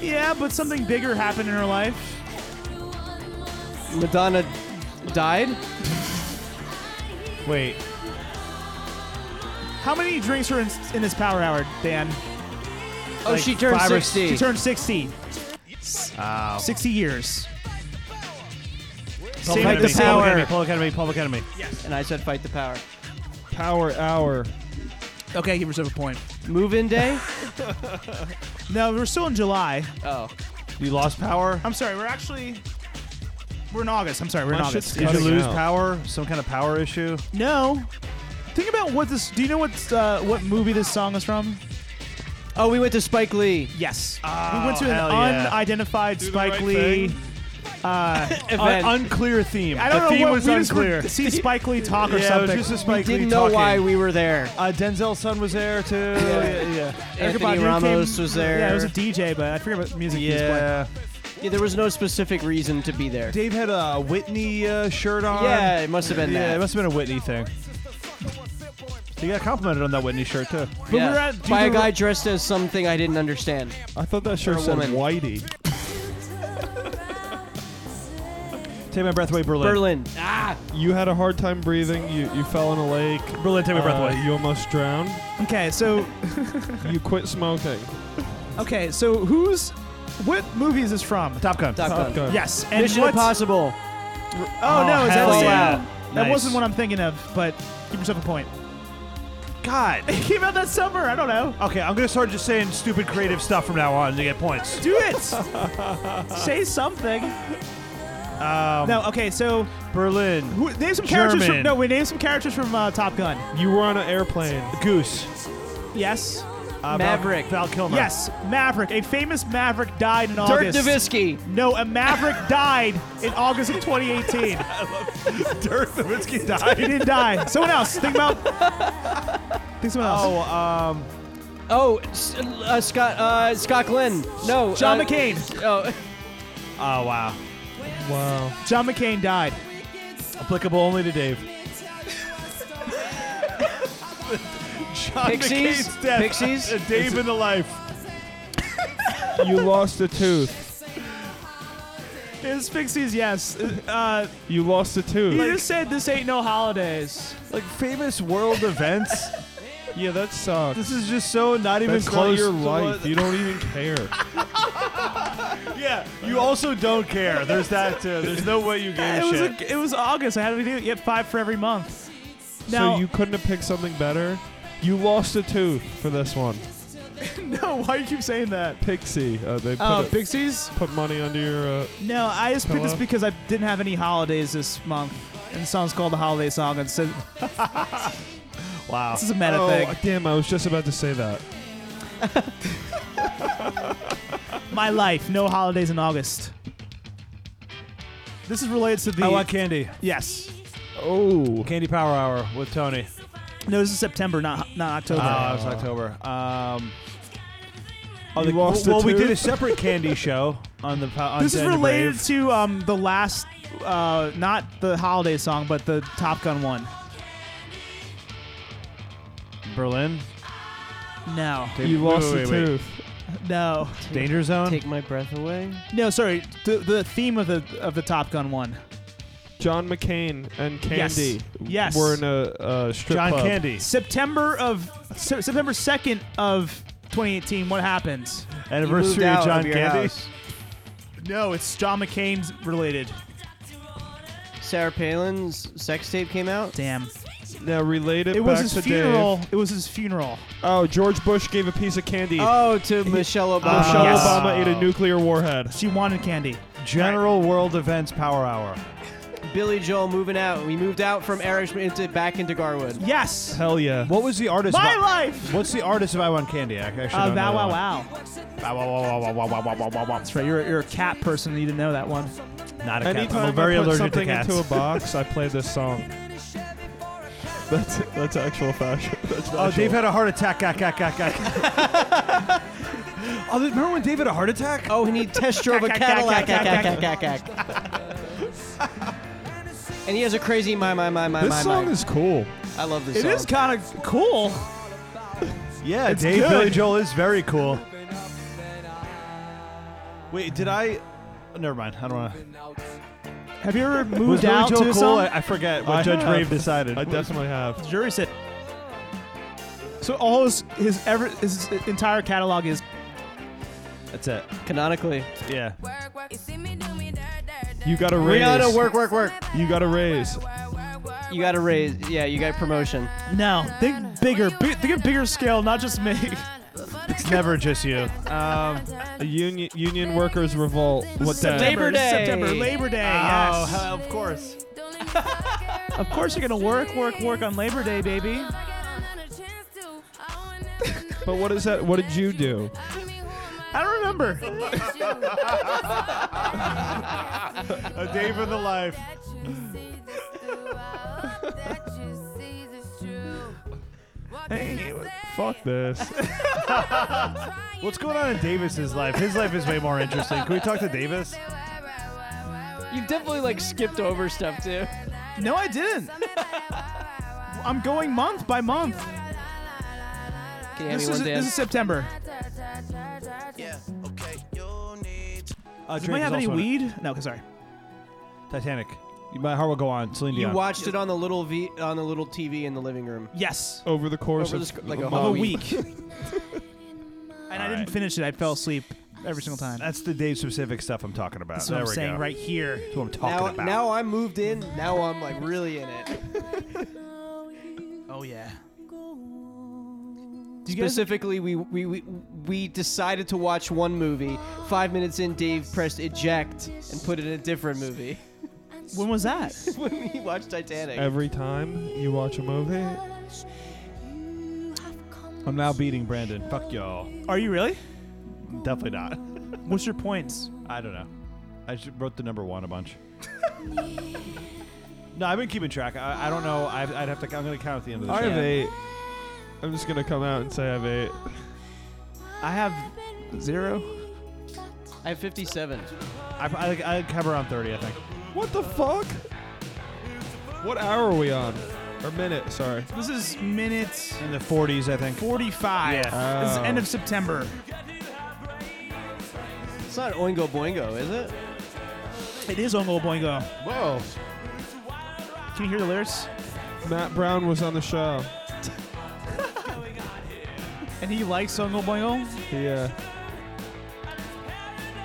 Speaker 5: Yeah, but something bigger happened in her life.
Speaker 4: Madonna died.
Speaker 3: Wait.
Speaker 5: How many drinks were in, in this power hour, Dan?
Speaker 4: Oh,
Speaker 5: Like
Speaker 4: she turned
Speaker 5: five or-
Speaker 4: 60.
Speaker 5: She turned 60.
Speaker 3: Wow.
Speaker 5: 60 years.
Speaker 3: Public
Speaker 4: Fight
Speaker 3: enemy,
Speaker 4: the
Speaker 3: Public
Speaker 4: power.
Speaker 3: enemy. Public enemy. Public enemy.
Speaker 4: and I said, "Fight the power."
Speaker 7: Power hour.
Speaker 5: Okay, he reserved a point.
Speaker 4: Move-in day.
Speaker 5: No, we're still in July.
Speaker 4: Oh,
Speaker 3: You lost power.
Speaker 5: I'm sorry, we're actually. We're in August. I'm sorry, we're in
Speaker 7: My
Speaker 5: August.
Speaker 7: shit's
Speaker 3: Did you
Speaker 7: Cutting
Speaker 3: lose
Speaker 7: out.
Speaker 3: power? Some kind of power issue?
Speaker 5: No. Think about what this. Do you know what uh, what movie this song is from?
Speaker 4: oh, we went to Spike Lee
Speaker 5: Yes. we went to an
Speaker 3: Oh, hell yeah.
Speaker 5: unidentified Spike
Speaker 7: right
Speaker 5: Lee.
Speaker 7: thing.
Speaker 4: event.
Speaker 3: unclear theme.
Speaker 5: I don't
Speaker 3: the
Speaker 5: know
Speaker 3: theme
Speaker 5: what
Speaker 3: was
Speaker 5: we just
Speaker 3: unclear.
Speaker 5: would see Spike Lee talk or
Speaker 3: yeah,
Speaker 5: something.
Speaker 3: it was just a Spike
Speaker 4: Didn't
Speaker 3: Lee
Speaker 4: know
Speaker 3: talking.
Speaker 4: why we were there.
Speaker 3: Uh, Denzel's son was there too. Yeah, yeah.
Speaker 4: Anthony
Speaker 5: Badu
Speaker 4: Ramos
Speaker 5: came-
Speaker 4: was there.
Speaker 5: Yeah, it was a DJ, but I forget what music he was playing.
Speaker 3: Yeah.
Speaker 4: Yeah, there was no specific reason to be there.
Speaker 3: Dave had a Whitney uh, shirt on.
Speaker 4: Yeah, it must have been
Speaker 3: Yeah,
Speaker 4: that.
Speaker 3: it must have been a Whitney thing. You got complimented on that Whitney shirt too.
Speaker 5: But we were at. do you
Speaker 4: by a
Speaker 5: remember-
Speaker 4: guy dressed as something I didn't understand.
Speaker 7: I thought that shirt
Speaker 4: a
Speaker 7: said
Speaker 4: woman.
Speaker 7: Whitey.
Speaker 3: Take my breath away, Berlin.
Speaker 4: Berlin.
Speaker 7: You had a hard time breathing. You you fell in a lake.
Speaker 3: Berlin, take my breath
Speaker 7: Uh,
Speaker 3: away.
Speaker 7: You almost drowned.
Speaker 5: Okay, so
Speaker 7: You quit smoking.
Speaker 5: okay, so who's what movie is this from?
Speaker 3: Top Gun.
Speaker 4: Top Gun.
Speaker 7: Gun.
Speaker 5: Yes, and
Speaker 4: Mission
Speaker 5: what's-
Speaker 4: Impossible.
Speaker 5: Oh, no, is that the
Speaker 3: hell
Speaker 5: same?
Speaker 3: yeah.
Speaker 5: That
Speaker 3: Nice.
Speaker 5: wasn't what I'm thinking of, but give yourself a point.
Speaker 3: God.
Speaker 5: It came out that summer. I don't know.
Speaker 3: Okay, I'm gonna start just saying stupid creative stuff from now on to get points.
Speaker 5: Do it. Say something.
Speaker 3: Um,
Speaker 5: No. Okay. So
Speaker 3: Berlin.
Speaker 5: who, name some characters from.
Speaker 3: German.
Speaker 5: No, we name some characters from uh, Top Gun.
Speaker 7: You were on an airplane.
Speaker 3: Goose.
Speaker 5: Yes.
Speaker 3: Uh, Val-
Speaker 4: Maverick.
Speaker 3: Val, Kilmer.
Speaker 5: Yes. Maverick. A famous Maverick died in
Speaker 4: Dirk
Speaker 5: August.
Speaker 4: Nowitzki.
Speaker 5: No, a Maverick died in August of 2018.
Speaker 3: Dirk Nowitzki
Speaker 5: he
Speaker 3: died.
Speaker 5: didn't die. Someone else. Think about. Think someone else.
Speaker 3: Oh, um,
Speaker 4: Oh, S- uh, Scott. Uh, Scott Glenn. No.
Speaker 5: John
Speaker 4: uh,
Speaker 5: McCain.
Speaker 4: Oh,
Speaker 3: oh wow.
Speaker 7: Wow.
Speaker 5: John McCain died.
Speaker 3: Applicable only to Dave. John
Speaker 4: Pixies?
Speaker 3: McCain's death.
Speaker 4: Pixies?
Speaker 3: A Dave in the life.
Speaker 7: You lost a tooth.
Speaker 5: It's Pixies. Yes. Uh,
Speaker 7: You lost a
Speaker 5: you
Speaker 7: tooth.
Speaker 5: just said this ain't no holidays.
Speaker 3: Like famous world events.
Speaker 7: Yeah, that sucks.
Speaker 3: This is just so not even
Speaker 7: That's not
Speaker 3: close
Speaker 7: your
Speaker 3: to
Speaker 7: life.
Speaker 3: what-
Speaker 7: You don't even care.
Speaker 3: yeah, you also don't care. There's that too. There's no way you gave
Speaker 5: it
Speaker 3: a
Speaker 5: was
Speaker 3: shit.
Speaker 5: a, it was August. I had to do it. You had five for every month. Now,
Speaker 7: So you couldn't have picked something better. You lost a tooth for this one.
Speaker 5: no, why do you keep saying that?
Speaker 7: Pixie. Uh, they put,
Speaker 5: Oh,
Speaker 7: a-
Speaker 5: Pixies?
Speaker 7: put money under your. Uh,
Speaker 5: No, I just picked this
Speaker 7: Hello?
Speaker 5: because I didn't have any holidays this month. And the song's called the Holiday Song. And so
Speaker 3: wow.
Speaker 5: this is a meta
Speaker 7: oh,
Speaker 5: thing.
Speaker 7: damn! I was just about to say that.
Speaker 5: My life, no holidays in August. This is related to the.
Speaker 3: I want candy.
Speaker 5: yes.
Speaker 7: Oh.
Speaker 3: Candy Power Hour with Tony.
Speaker 5: No, this is September, not not October.
Speaker 3: Ah, it's October. Um, oh,
Speaker 7: You
Speaker 3: the-
Speaker 7: lost a
Speaker 3: well, we did
Speaker 7: tooth?
Speaker 3: a separate candy show on the po- on
Speaker 5: this is
Speaker 3: Daniel
Speaker 5: related
Speaker 3: Brave.
Speaker 5: to um, the last, uh, not the holiday song, but the Top Gun one.
Speaker 3: Berlin.
Speaker 5: No,
Speaker 7: You lost
Speaker 3: wait, wait,
Speaker 7: a
Speaker 3: wait.
Speaker 7: tooth.
Speaker 5: no,
Speaker 3: Danger Zone.
Speaker 4: Take my breath away.
Speaker 5: no. Sorry, the, the theme of the of the Top Gun one.
Speaker 7: John McCain and
Speaker 5: Yes.
Speaker 7: Candy.
Speaker 5: Yes.
Speaker 7: Were in a uh, strip
Speaker 3: John
Speaker 7: club.
Speaker 3: Candy.
Speaker 5: September of Se- September second of 2018. What happens?
Speaker 4: You
Speaker 3: Anniversary
Speaker 4: moved out
Speaker 3: of John
Speaker 4: your
Speaker 3: Candy.
Speaker 4: house.
Speaker 5: No, it's John McCain's related.
Speaker 4: Sarah Palin's sex tape came out.
Speaker 5: Damn,
Speaker 7: Now related
Speaker 5: it
Speaker 7: back
Speaker 5: was his
Speaker 7: to
Speaker 5: funeral. It was his funeral.
Speaker 7: Dave. Oh, George Bush gave a piece of candy.
Speaker 4: Oh, to Michelle Obama.
Speaker 7: Michelle
Speaker 5: Ah, yes.
Speaker 7: Obama ate a nuclear warhead.
Speaker 5: She wanted candy.
Speaker 3: General World Events Power Hour.
Speaker 4: Billy Joel moving out. We moved out from Eric's into back into Garwood.
Speaker 5: Yes,
Speaker 7: Hell yeah.
Speaker 3: What was the artist?
Speaker 5: my
Speaker 3: of-
Speaker 5: life.
Speaker 3: What's the artist of I Want Candy? I actually
Speaker 5: Uh,
Speaker 3: don't
Speaker 5: bow
Speaker 3: know
Speaker 5: wow
Speaker 3: that one.
Speaker 5: wow.
Speaker 3: Bow, wow, wow, wow, wow, wow, wow, wow, wow, wow.
Speaker 5: That's right. You're a, you're a cat person. You didn't know that one.
Speaker 3: Not a cat.
Speaker 7: Anytime
Speaker 3: I'm very
Speaker 7: I put
Speaker 3: allergic to
Speaker 7: something
Speaker 3: cats.
Speaker 7: into a box, I play this song. That's that's actual fashion. That's
Speaker 3: Oh,
Speaker 7: not
Speaker 3: Dave had a heart attack. Gack, gack, gack, gack. oh, remember when Dave had a heart attack?
Speaker 4: Oh, and he test drove a Cadillac. and he has a crazy my my my my
Speaker 7: This
Speaker 4: my.
Speaker 7: song
Speaker 4: my.
Speaker 7: is cool.
Speaker 4: I love this
Speaker 5: It
Speaker 4: song.
Speaker 5: is kind of cool.
Speaker 3: Yeah, Dave
Speaker 5: good.
Speaker 3: Billy Joel is very cool. Wait, did I? Never mind. I don't want to.
Speaker 5: Have you ever
Speaker 3: Was
Speaker 5: moved
Speaker 3: Billy
Speaker 5: out
Speaker 3: Joel
Speaker 5: to
Speaker 3: cool?
Speaker 5: a song?
Speaker 3: I, I forget what
Speaker 7: I
Speaker 3: Judge
Speaker 7: have.
Speaker 3: Rave decided.
Speaker 7: I definitely have.
Speaker 5: jury said. So all his his ever his entire catalog is
Speaker 3: That's it.
Speaker 4: canonically.
Speaker 3: Yeah.
Speaker 9: Work, work. You see me do me dirt, dirt, dirt.
Speaker 7: You got a raise.
Speaker 4: Rihanna, work work work.
Speaker 7: You got a raise.
Speaker 9: Work, work, work,
Speaker 4: You got a raise. Yeah, you got promotion.
Speaker 5: no think bigger big, think a bigger scale, not just me.
Speaker 3: It's never just you.
Speaker 7: Um, a union union workers revolt. What day?
Speaker 4: Labor Day.
Speaker 5: September Labor Day. yes.
Speaker 3: Oh, of course.
Speaker 9: Don't let me fuck it up.
Speaker 5: Of course you're gonna work work work on Labor Day, baby.
Speaker 9: I got another chance to. I would never know.
Speaker 7: But what is that? What did you do?
Speaker 9: I mean, who am I?
Speaker 5: I don't remember.
Speaker 3: A day for the life.
Speaker 9: That you see this through. I hope that you see this true. What can I say?
Speaker 7: Fuck this.
Speaker 3: What's going on in Davis's life? His life is way more interesting. Can we talk to Davis?
Speaker 4: You've definitely like skipped over stuff too.
Speaker 5: No, I didn't. I'm going month by month.
Speaker 4: Can you hand me
Speaker 5: This
Speaker 4: one,
Speaker 5: is
Speaker 4: Dan?
Speaker 5: this is September.
Speaker 3: Uh,
Speaker 5: Do you
Speaker 3: Drake is
Speaker 5: have any
Speaker 3: also in it.
Speaker 5: weed? No, sorry.
Speaker 3: Titanic. My heart will go on. Celine
Speaker 4: you
Speaker 3: Dion.
Speaker 4: watched it on the little v- on the little TV in the living room.
Speaker 5: Yes.
Speaker 7: Over the course
Speaker 4: Over
Speaker 7: of
Speaker 4: the sc- like a
Speaker 7: a
Speaker 5: Of
Speaker 4: Oh,
Speaker 5: a
Speaker 7: month.
Speaker 5: week. and I didn't
Speaker 3: right.
Speaker 5: finish it. I fell asleep every single time.
Speaker 3: That's the Dave specific stuff I'm talking about.
Speaker 5: That's
Speaker 3: there
Speaker 5: what I'm
Speaker 3: we
Speaker 5: saying
Speaker 3: go.
Speaker 5: right here.
Speaker 3: That's what I'm talking
Speaker 4: Now,
Speaker 3: about.
Speaker 4: now I'm moved in. Now I'm like really in it.
Speaker 5: Oh yeah.
Speaker 4: Specifically, we, we we we decided to watch one movie. Five minutes in, Dave pressed eject and put it in a different movie
Speaker 5: When was that?
Speaker 4: when we watched Titanic.
Speaker 7: Every time you watch a movie,
Speaker 3: I'm now beating Brandon. Fuck y'all.
Speaker 5: Are you really?
Speaker 3: Definitely not.
Speaker 5: What's your points?
Speaker 3: I don't know. I just wrote the number one a bunch. no, I've been keeping track. I, I don't know. i I'd have to. I'm gonna count at the end of the
Speaker 7: I
Speaker 3: show.
Speaker 7: have eight. I'm just gonna come out and say I have eight.
Speaker 5: I have zero.
Speaker 4: I have 57.
Speaker 3: I, I, I have around 30, I think.
Speaker 7: What the fuck? What hour are we on? Or minute? Sorry.
Speaker 5: This is minute
Speaker 3: In the 40s, I think.
Speaker 5: 45.
Speaker 3: Yeah.
Speaker 5: This is end of September.
Speaker 4: It's not Oingo Boingo, is it?
Speaker 5: It is Ongo Boingo.
Speaker 7: Whoa.
Speaker 5: Can you hear the lyrics?
Speaker 7: Matt Brown was on the show.
Speaker 5: And he likes Ongo Boingo.
Speaker 7: He uh,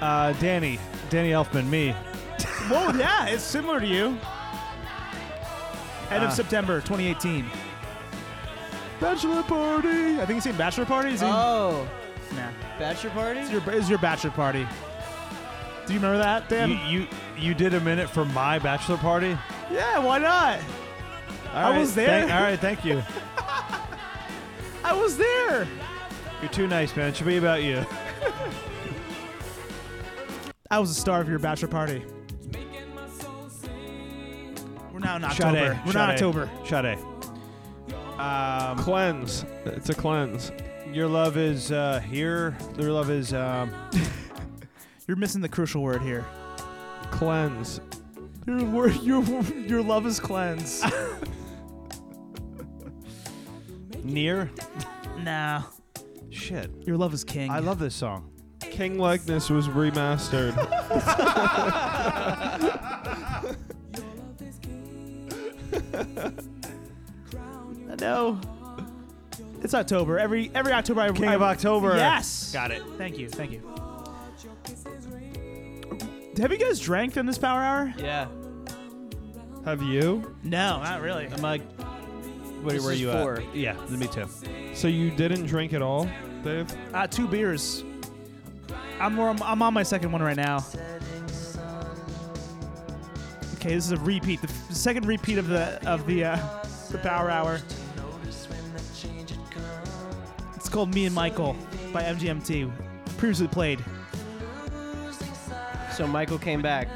Speaker 3: Uh, Danny, Danny Elfman, me.
Speaker 5: Well, yeah, it's similar to you. End of September 2018. Bachelor party. I think he's saying bachelor party. Is he?
Speaker 4: Oh,
Speaker 5: nah.
Speaker 4: bachelor party?
Speaker 5: It's your, it's your bachelor party. Do you remember that, Dan?
Speaker 3: You, you you did a minute for my bachelor party.
Speaker 5: yeah, why not?
Speaker 3: All
Speaker 5: I
Speaker 3: right,
Speaker 5: was there.
Speaker 3: thank- all right, thank you.
Speaker 5: I was there.
Speaker 3: You're too nice, man. It should be about you.
Speaker 5: I was a star of your bachelor party. We're now in
Speaker 3: Shot
Speaker 5: October.
Speaker 3: A.
Speaker 5: We're
Speaker 3: Shot
Speaker 5: not
Speaker 3: A.
Speaker 5: October.
Speaker 3: Shot A. Um,
Speaker 7: Cleanse. It's a cleanse.
Speaker 3: your love is uh, here. Your love is um,
Speaker 5: You're missing the crucial word here.
Speaker 7: Cleanse.
Speaker 5: Your word, your your love is cleansed.
Speaker 3: near.
Speaker 5: nah,
Speaker 3: Shit,
Speaker 5: your love is king.
Speaker 3: I love this song.
Speaker 7: King Likeness was remastered.
Speaker 5: I know. It's October. Every every October I
Speaker 3: King
Speaker 5: I,
Speaker 3: of October.
Speaker 5: Yes.
Speaker 3: Got it.
Speaker 5: Thank you. Thank you. Have you guys drank in this power hour?
Speaker 4: Yeah.
Speaker 7: Have you?
Speaker 5: No, not really.
Speaker 3: I'm like, where,
Speaker 4: This
Speaker 3: where
Speaker 4: is
Speaker 3: you
Speaker 4: four.
Speaker 3: at? Yeah, me too.
Speaker 7: So you didn't drink at all, Dave?
Speaker 5: Uh, two beers. I'm, I'm I'm on my second one right now. Okay, this is a repeat. The f- second repeat of the of the uh, the Power Hour. It's called Me and Michael by MGMT. Previously played.
Speaker 4: So Michael came back.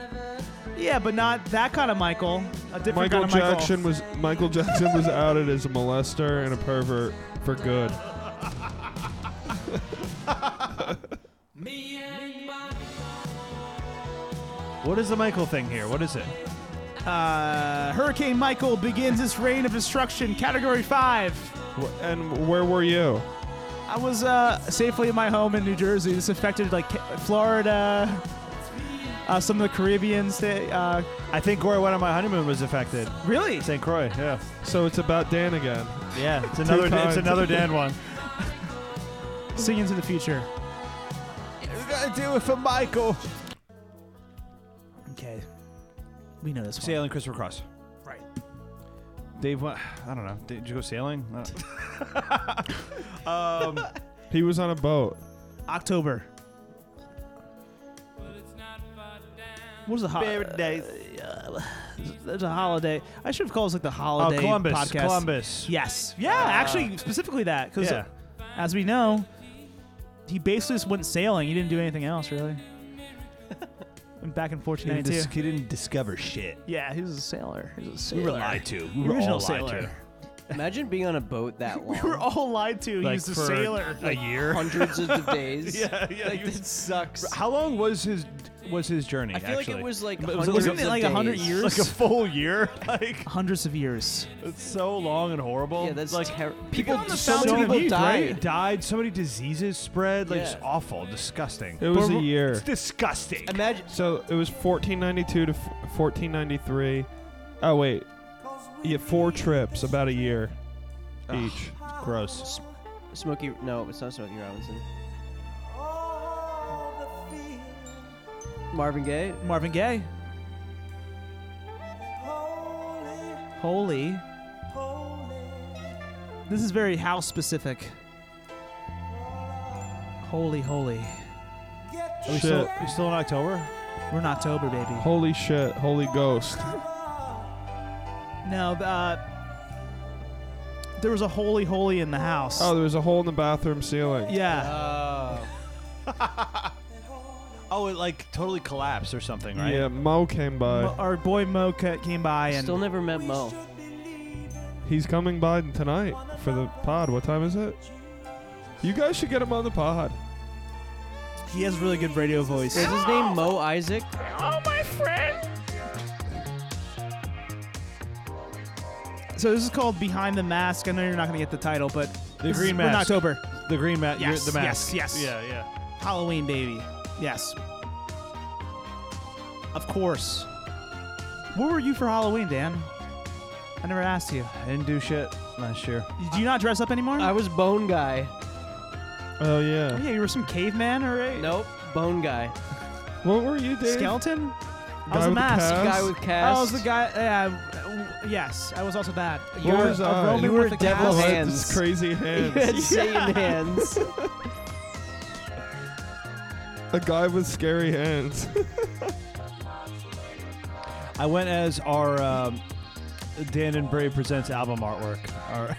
Speaker 5: Yeah, but not that kind of Michael. A different
Speaker 7: Michael
Speaker 5: kind of
Speaker 7: Jackson was Michael Jackson was outed as a molester and a pervert for good.
Speaker 3: What is the Michael thing here? What is it?
Speaker 5: Michael. Uh, Hurricane Michael begins its reign of destruction. Category five.
Speaker 7: Wh- And where were you?
Speaker 5: I was uh, safely at my home in New Jersey. This affected like Ca- Florida, uh, some of the Caribbean state. Uh,
Speaker 3: I think where I went on my honeymoon was affected.
Speaker 5: really?
Speaker 3: St. Croix. Yeah.
Speaker 7: So it's about Dan again.
Speaker 3: Yeah. It's another. it's
Speaker 7: times.
Speaker 3: another Dan one.
Speaker 5: Sing into the future.
Speaker 3: We gotta do it for Michael.
Speaker 5: Okay. We know this one.
Speaker 3: Sailing Christopher Cross.
Speaker 5: Right.
Speaker 3: Dave, what? I don't know. Did you go Uh, sailing? I don't-
Speaker 7: He was on a boat.
Speaker 5: October. What was the holiday? There's a holiday. I should have called this like the
Speaker 3: Oh,
Speaker 5: holiday
Speaker 3: Columbus.
Speaker 5: podcast.
Speaker 3: Columbus. Ah.
Speaker 5: Yes. Yeah. actually, specifically that because
Speaker 3: Yeah.
Speaker 5: as we know, he basically just went sailing. He didn't do anything else really. went back and forth to
Speaker 3: He, dis-
Speaker 5: 92.
Speaker 3: he didn't discover shit.
Speaker 5: Yeah, he was a sailor. He was a
Speaker 3: We
Speaker 5: sailor.
Speaker 3: were lied to. We
Speaker 5: The
Speaker 3: were
Speaker 5: original
Speaker 3: all lied
Speaker 5: sailor.
Speaker 3: to.
Speaker 4: Imagine being on a boat that long.
Speaker 5: We were all lied to.
Speaker 3: Like,
Speaker 5: he was a
Speaker 3: for
Speaker 5: sailor.
Speaker 3: A year.
Speaker 4: hundreds of days.
Speaker 3: yeah, yeah.
Speaker 4: Like,
Speaker 3: he was-
Speaker 4: that sucks.
Speaker 3: how long was his was his journey?
Speaker 4: I feel
Speaker 3: actually?
Speaker 4: like it was like
Speaker 3: But
Speaker 4: hundreds
Speaker 3: wasn't it
Speaker 4: of
Speaker 5: like a hundred
Speaker 4: days.
Speaker 5: years?
Speaker 3: like a full year. Like
Speaker 5: Hundreds of years.
Speaker 3: it's so long and horrible.
Speaker 4: Yeah, that's
Speaker 3: like
Speaker 4: terri- people.
Speaker 5: on the
Speaker 4: So
Speaker 5: Fountain
Speaker 4: many
Speaker 5: of
Speaker 4: people
Speaker 5: Youth,
Speaker 4: died.
Speaker 3: It died. So many diseases spread. Like it's
Speaker 4: Yeah.
Speaker 3: awful, disgusting.
Speaker 7: It
Speaker 3: But
Speaker 7: was a
Speaker 3: we're-
Speaker 7: year.
Speaker 3: It's disgusting.
Speaker 4: Imagine.
Speaker 7: So it was 1492 to f- 1493. Oh wait, yeah, four trips, about a year each.
Speaker 3: Gross.
Speaker 4: Smokey. No, it's not Smokey Robinson. Marvin Gaye.
Speaker 5: Marvin Gaye. Holy. This is very house specific. Holy, holy.
Speaker 3: Are we
Speaker 7: Shit.
Speaker 3: still, we still in October?
Speaker 5: We're in October, baby.
Speaker 7: Holy shit! Holy ghost!
Speaker 5: No, uh, there was a holy, holy in the house.
Speaker 7: Oh, there was a hole in the bathroom ceiling.
Speaker 5: yeah.
Speaker 3: uh, Oh, it like totally collapsed or something, right?
Speaker 7: Yeah, Mo came by.
Speaker 5: Mo- Our boy Mo ca- came by and
Speaker 4: Still never met Mo.
Speaker 7: He's coming by tonight for the pod. What time is it? You guys should get him on the pod.
Speaker 5: he has really good radio voice.
Speaker 4: Is his name Mo Isaac?
Speaker 5: So this is called Behind the Mask. I know you're not going to get the title, but
Speaker 3: The
Speaker 5: this is-
Speaker 3: green
Speaker 5: we're in
Speaker 3: mask.
Speaker 5: October.
Speaker 3: The green mat.
Speaker 5: Yes,
Speaker 3: the mask.
Speaker 5: yes, yes.
Speaker 3: Yeah, yeah.
Speaker 5: Halloween, baby. Yes. Of course. Where were you for Halloween, Dan? I never asked you.
Speaker 3: I didn't do shit last year.
Speaker 5: Do you not dress up anymore?
Speaker 4: I was Bone Guy.
Speaker 7: Oh
Speaker 5: Oh,
Speaker 7: yeah.
Speaker 5: yeah, you were some caveman, all right?
Speaker 4: Nope, Bone Guy.
Speaker 7: What were you, Dave?
Speaker 5: Skeleton? I
Speaker 7: Guy
Speaker 5: was a
Speaker 7: with the
Speaker 5: mask.
Speaker 7: cast?
Speaker 4: Guy with
Speaker 5: I
Speaker 4: cast.
Speaker 5: was the guy. Uh, yes, I was also that.
Speaker 7: What was
Speaker 5: a
Speaker 7: I?
Speaker 5: Roman
Speaker 4: You
Speaker 5: with
Speaker 4: were
Speaker 5: a
Speaker 4: Devil
Speaker 5: cast.
Speaker 7: I had
Speaker 4: Hands.
Speaker 7: this crazy
Speaker 4: You
Speaker 7: hands.
Speaker 4: had Satan hands.
Speaker 7: a guy with scary hands.
Speaker 3: I went as our um, Dan and Bray presents album artwork. Our,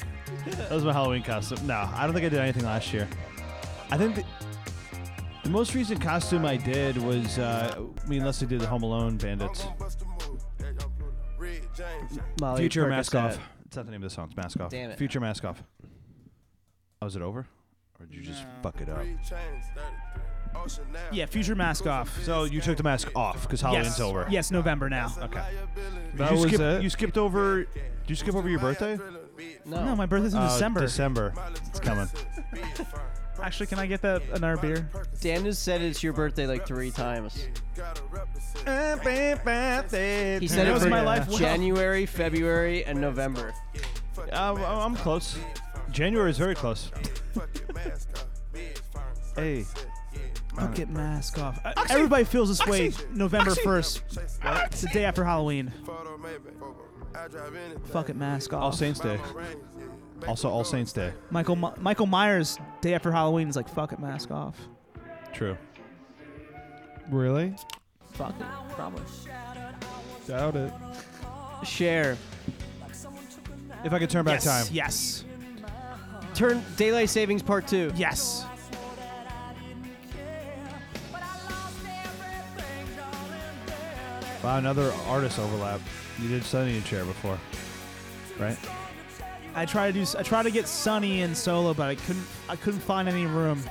Speaker 3: that was my Halloween costume. No, I don't think I did anything last year. I think the, the most recent costume I did was uh, me and Leslie did the Home Alone Bandits.
Speaker 4: Molly
Speaker 3: Future Mask
Speaker 4: Percocet.
Speaker 3: Off. It's not the name of the song. It's Mask Off.
Speaker 4: Damn it.
Speaker 3: Future Mask Off. Oh, is it over? Or did you just fuck it up?
Speaker 5: Yeah, Future Mask Off.
Speaker 3: So you took the mask off because Halloween's
Speaker 5: yes.
Speaker 3: over.
Speaker 5: Yes, November now.
Speaker 3: Okay.
Speaker 7: That
Speaker 3: you
Speaker 7: was
Speaker 3: skip-
Speaker 7: it?
Speaker 3: You skipped over. Did you skip over your birthday?
Speaker 4: No.
Speaker 5: No, my birthday's in
Speaker 3: Uh,
Speaker 5: December.
Speaker 3: December. It's coming.
Speaker 5: Actually, can I get that another beer?
Speaker 4: Dan has said it's your birthday like three times. He
Speaker 3: He
Speaker 4: said
Speaker 5: That
Speaker 4: it
Speaker 5: was
Speaker 4: for
Speaker 5: my life well.
Speaker 4: January, February, and November.
Speaker 3: I'm, I'm close. January is very close. hey,
Speaker 5: Fuck it, mask off. Uh, Everybody feels this way November 1st. It's the day after Halloween. Fuck it, mask off.
Speaker 3: All Saints Day. Also, All Saints Day.
Speaker 5: Michael My- Michael Myers day after Halloween is like fuck it, mask off.
Speaker 3: True.
Speaker 7: really?
Speaker 5: Fuck it, probably.
Speaker 7: Doubt it.
Speaker 4: Share.
Speaker 3: If I could turn back
Speaker 5: yes,
Speaker 3: time,
Speaker 5: yes,
Speaker 4: Turn daylight savings part two.
Speaker 5: yes.
Speaker 3: wow, another artist overlap. You did Sunny and Chair before, right?
Speaker 5: I try to do. s- I try to get Sunny in solo, but I couldn't. I couldn't find any room.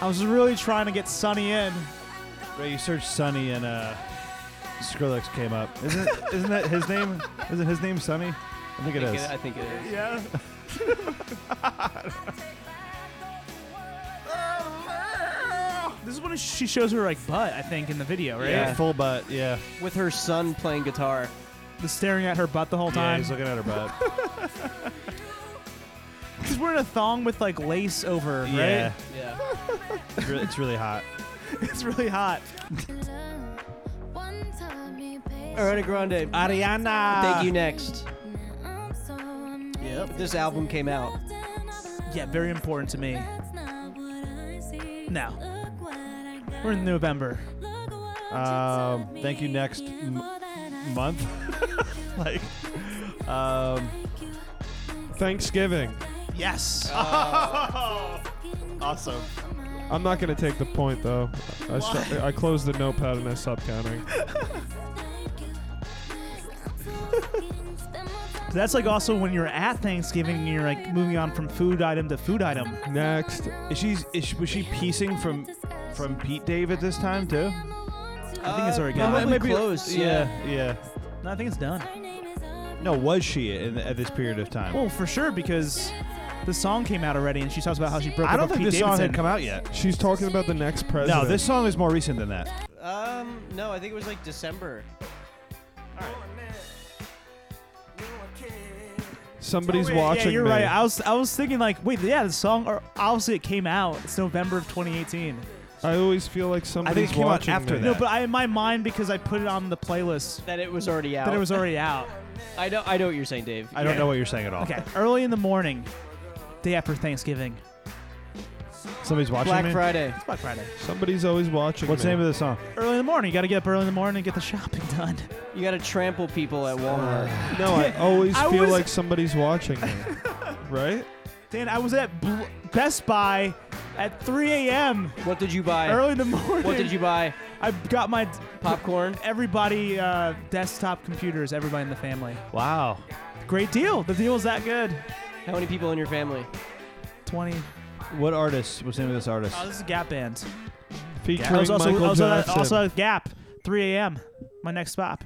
Speaker 5: I was really trying to get Sunny in.
Speaker 3: Right. You searched Sunny and uh, Skrillex came up. Isn't isn't that his name? Isn't his name Sunny? I think it
Speaker 4: I
Speaker 3: is.
Speaker 4: think it- I think it is.
Speaker 3: Yeah.
Speaker 5: This is when she shows her like butt, I think, in the video, right?
Speaker 3: Yeah. Full butt. Yeah.
Speaker 4: With her son playing guitar.
Speaker 5: The staring at her butt the whole
Speaker 3: Yeah,
Speaker 5: time.
Speaker 3: he's looking at her butt.
Speaker 5: She's wearing a thong with like lace over, right?
Speaker 3: Yeah.
Speaker 4: Yeah.
Speaker 3: It's really, it's really hot.
Speaker 5: It's really hot.
Speaker 4: Ariana Grande.
Speaker 5: Ah. Ariana.
Speaker 4: Thank you next.
Speaker 9: Yep.
Speaker 4: This album came out.
Speaker 5: Yeah, very important to me. No. We're in November.
Speaker 3: Um, thank you next m- month. like, um,
Speaker 7: Thanksgiving.
Speaker 5: Yes.
Speaker 3: awesome.
Speaker 7: I'm not gonna take the point though. I st- I closed the notepad and I stopped counting.
Speaker 5: That's like also when you're at Thanksgiving and you're like moving on from food item to food item.
Speaker 7: Next,
Speaker 3: Is she, is she was she piecing from from Pete Dave at this time too?
Speaker 5: I think it's already
Speaker 4: Uh,
Speaker 5: gone.
Speaker 4: probably close, yeah.
Speaker 3: yeah.
Speaker 5: No, I think it's done.
Speaker 3: No, was she in, at this period of time?
Speaker 5: Well, for sure because the song came out already and she talks about how she broke
Speaker 3: I
Speaker 5: up
Speaker 3: don't
Speaker 5: with
Speaker 3: think
Speaker 5: Pete
Speaker 3: this song
Speaker 5: Davidson.
Speaker 3: had come out yet.
Speaker 7: she's talking about the next president.
Speaker 3: No, this song is more recent than that.
Speaker 4: Um, no, I think it was like December.
Speaker 7: somebody's
Speaker 5: Oh, wait,
Speaker 7: watching
Speaker 5: Yeah, you're
Speaker 7: me.
Speaker 5: right. I was I was thinking like, wait, yeah, the song. Or obviously it came out. It's November of 2018.
Speaker 7: I always feel like somebody's
Speaker 3: came out
Speaker 7: watching
Speaker 3: after
Speaker 7: me.
Speaker 5: No,
Speaker 3: that.
Speaker 5: but I in my mind because I put it on the playlist
Speaker 4: That it was already out.
Speaker 5: that it was already out.
Speaker 4: I know. I know what you're saying, Dave.
Speaker 3: I don't know what you're saying at all.
Speaker 5: Okay, early in the morning, day after Thanksgiving.
Speaker 3: Somebody's watching
Speaker 4: Black
Speaker 3: me.
Speaker 4: Friday.
Speaker 5: It's Black Friday.
Speaker 7: Somebody's always watching
Speaker 3: What's the
Speaker 7: me.
Speaker 3: name of the song?
Speaker 5: Early in the morning, you got to get up early in the morning and get the shopping done.
Speaker 4: You gotta trample people at Walmart.
Speaker 7: No, I always
Speaker 5: I
Speaker 7: feel
Speaker 5: was-
Speaker 7: like somebody's watching me. right?
Speaker 5: Dan, I was at Bl- Best Buy at 3 a.m.
Speaker 4: What did you buy?
Speaker 5: early in the morning.
Speaker 4: What did you buy?
Speaker 5: I got my
Speaker 4: Popcorn.
Speaker 5: everybody uh, desktop computers. Everybody in the family.
Speaker 3: Wow.
Speaker 5: Great deal. The deal was that good.
Speaker 4: How many people in your family?
Speaker 5: 20.
Speaker 3: What artist? What's the name of this artist?
Speaker 5: Oh, this is Gap Band.
Speaker 7: Featuring
Speaker 5: I was also
Speaker 7: Michael
Speaker 5: also,
Speaker 7: Jackson.
Speaker 5: also at Gap. 3 a.m. My next stop.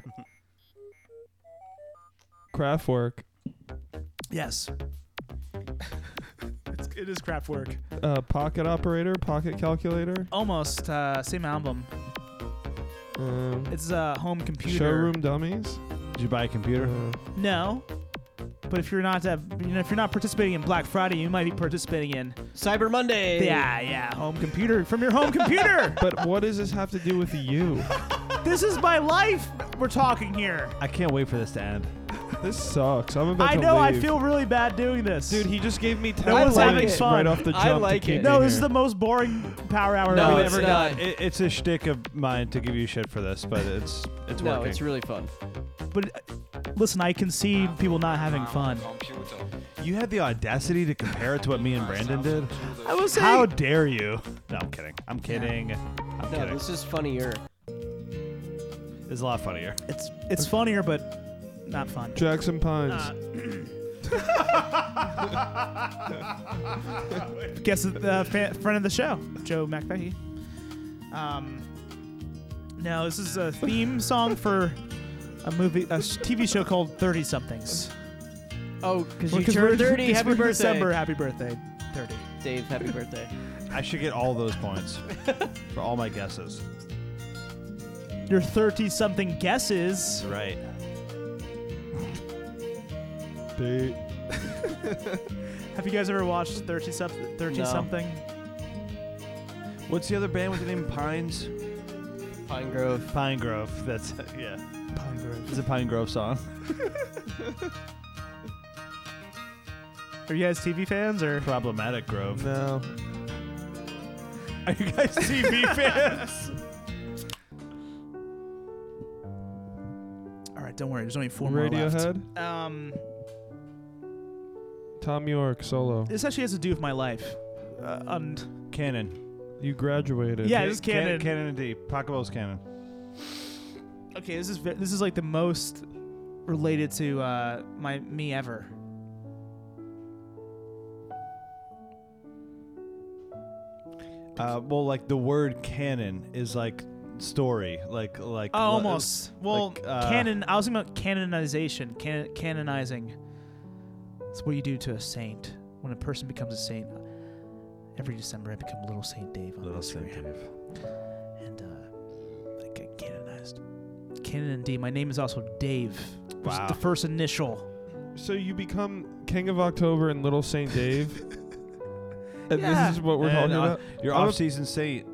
Speaker 7: Kraftwerk.
Speaker 5: Yes. it's, it is crap work.
Speaker 7: Uh, pocket operator, pocket calculator,
Speaker 5: Almost uh, same album.
Speaker 7: um,
Speaker 5: It's a uh, home computer.
Speaker 7: showroom dummies.
Speaker 3: Did you buy a computer?
Speaker 7: Uh,
Speaker 5: No. But if you're not, uh, you know, if you're not participating in Black Friday, you might be participating in
Speaker 4: Cyber Monday.
Speaker 5: yeah, yeah, home computer from your home computer.
Speaker 7: But what does this have to do with you?
Speaker 5: this is my life. We're talking here.
Speaker 3: I can't wait for this to end.
Speaker 7: This sucks. I'm about
Speaker 5: I
Speaker 7: to
Speaker 5: know. I
Speaker 7: leave.
Speaker 5: feel really bad doing this,
Speaker 7: Dude, he just gave me 10
Speaker 5: one's having
Speaker 7: points
Speaker 5: fun.
Speaker 7: right off the jump.
Speaker 4: I like
Speaker 7: to keep
Speaker 4: it.
Speaker 7: me
Speaker 5: no, this is
Speaker 7: here.
Speaker 5: the most boring power hour
Speaker 4: No,
Speaker 5: we've
Speaker 4: it's
Speaker 5: ever
Speaker 4: not.
Speaker 5: done.
Speaker 3: It, it's a shtick of mine to give you shit for this, but it's it's
Speaker 4: No,
Speaker 3: working.
Speaker 4: it's really fun.
Speaker 5: But uh, listen, I concede people not having fun.
Speaker 3: you had the audacity to compare it to what me and Brandon did.
Speaker 5: I will say,
Speaker 3: How dare you? No, I'm kidding. I'm kidding. I'm
Speaker 4: No,
Speaker 3: kidding.
Speaker 4: this is funnier.
Speaker 3: It's a lot funnier.
Speaker 5: it's it's funnier, but not fun.
Speaker 7: Jackson Pines.
Speaker 5: Guess the uh, fa- friend of the show, Joe McBecky. Um, now this is a theme song for a movie, a s- TV show called Thirty Somethings.
Speaker 4: Oh, because you turned 30. Happy birthday.
Speaker 5: December, happy birthday, thirty.
Speaker 4: Dave, happy birthday.
Speaker 3: I should get all those points for all my guesses.
Speaker 5: Your thirty-something guesses.
Speaker 3: Right.
Speaker 7: Dude.
Speaker 5: Have you guys ever watched Thirty Something? Thirty
Speaker 4: No.
Speaker 5: Something.
Speaker 3: What's the other band with the name Pines?
Speaker 4: Pine Grove.
Speaker 3: Pine Grove. That's yeah. Pine Grove. It's a Pine Grove song.
Speaker 5: Are you guys TV fans or?
Speaker 3: Problematic Grove.
Speaker 7: No.
Speaker 3: Are you guys TV fans?
Speaker 5: All right, don't worry. There's only four more
Speaker 7: Radiohead.
Speaker 5: left. Um,
Speaker 7: Tom York solo.
Speaker 5: this actually has to do with my life. Uh, and
Speaker 3: Canon.
Speaker 7: You graduated.
Speaker 5: yeah, this is canon.
Speaker 3: Can- Canon indeed. Pachelbel's canon.
Speaker 5: Okay, this is ve- this is like the most related to uh, my me ever.
Speaker 3: Uh, well, like the word canon is like story, like like.
Speaker 5: Oh, almost. Well,
Speaker 3: like, uh,
Speaker 5: canon. I was thinking about canonization. Can- canonizing. It's what you do to a saint when a person becomes a saint. Every December, I become Little Saint Dave on
Speaker 3: Little
Speaker 5: Instagram,
Speaker 3: Saint Dave.
Speaker 5: and uh, I get canonized. Canon indeed. My name is also Dave. It's
Speaker 3: Wow.
Speaker 5: The first initial.
Speaker 7: So you become King of October and Little Saint Dave. and
Speaker 5: Yeah.
Speaker 7: this is what we're
Speaker 3: And,
Speaker 7: talking
Speaker 3: uh,
Speaker 7: about.
Speaker 3: Your
Speaker 7: I'm a-
Speaker 3: off-season saint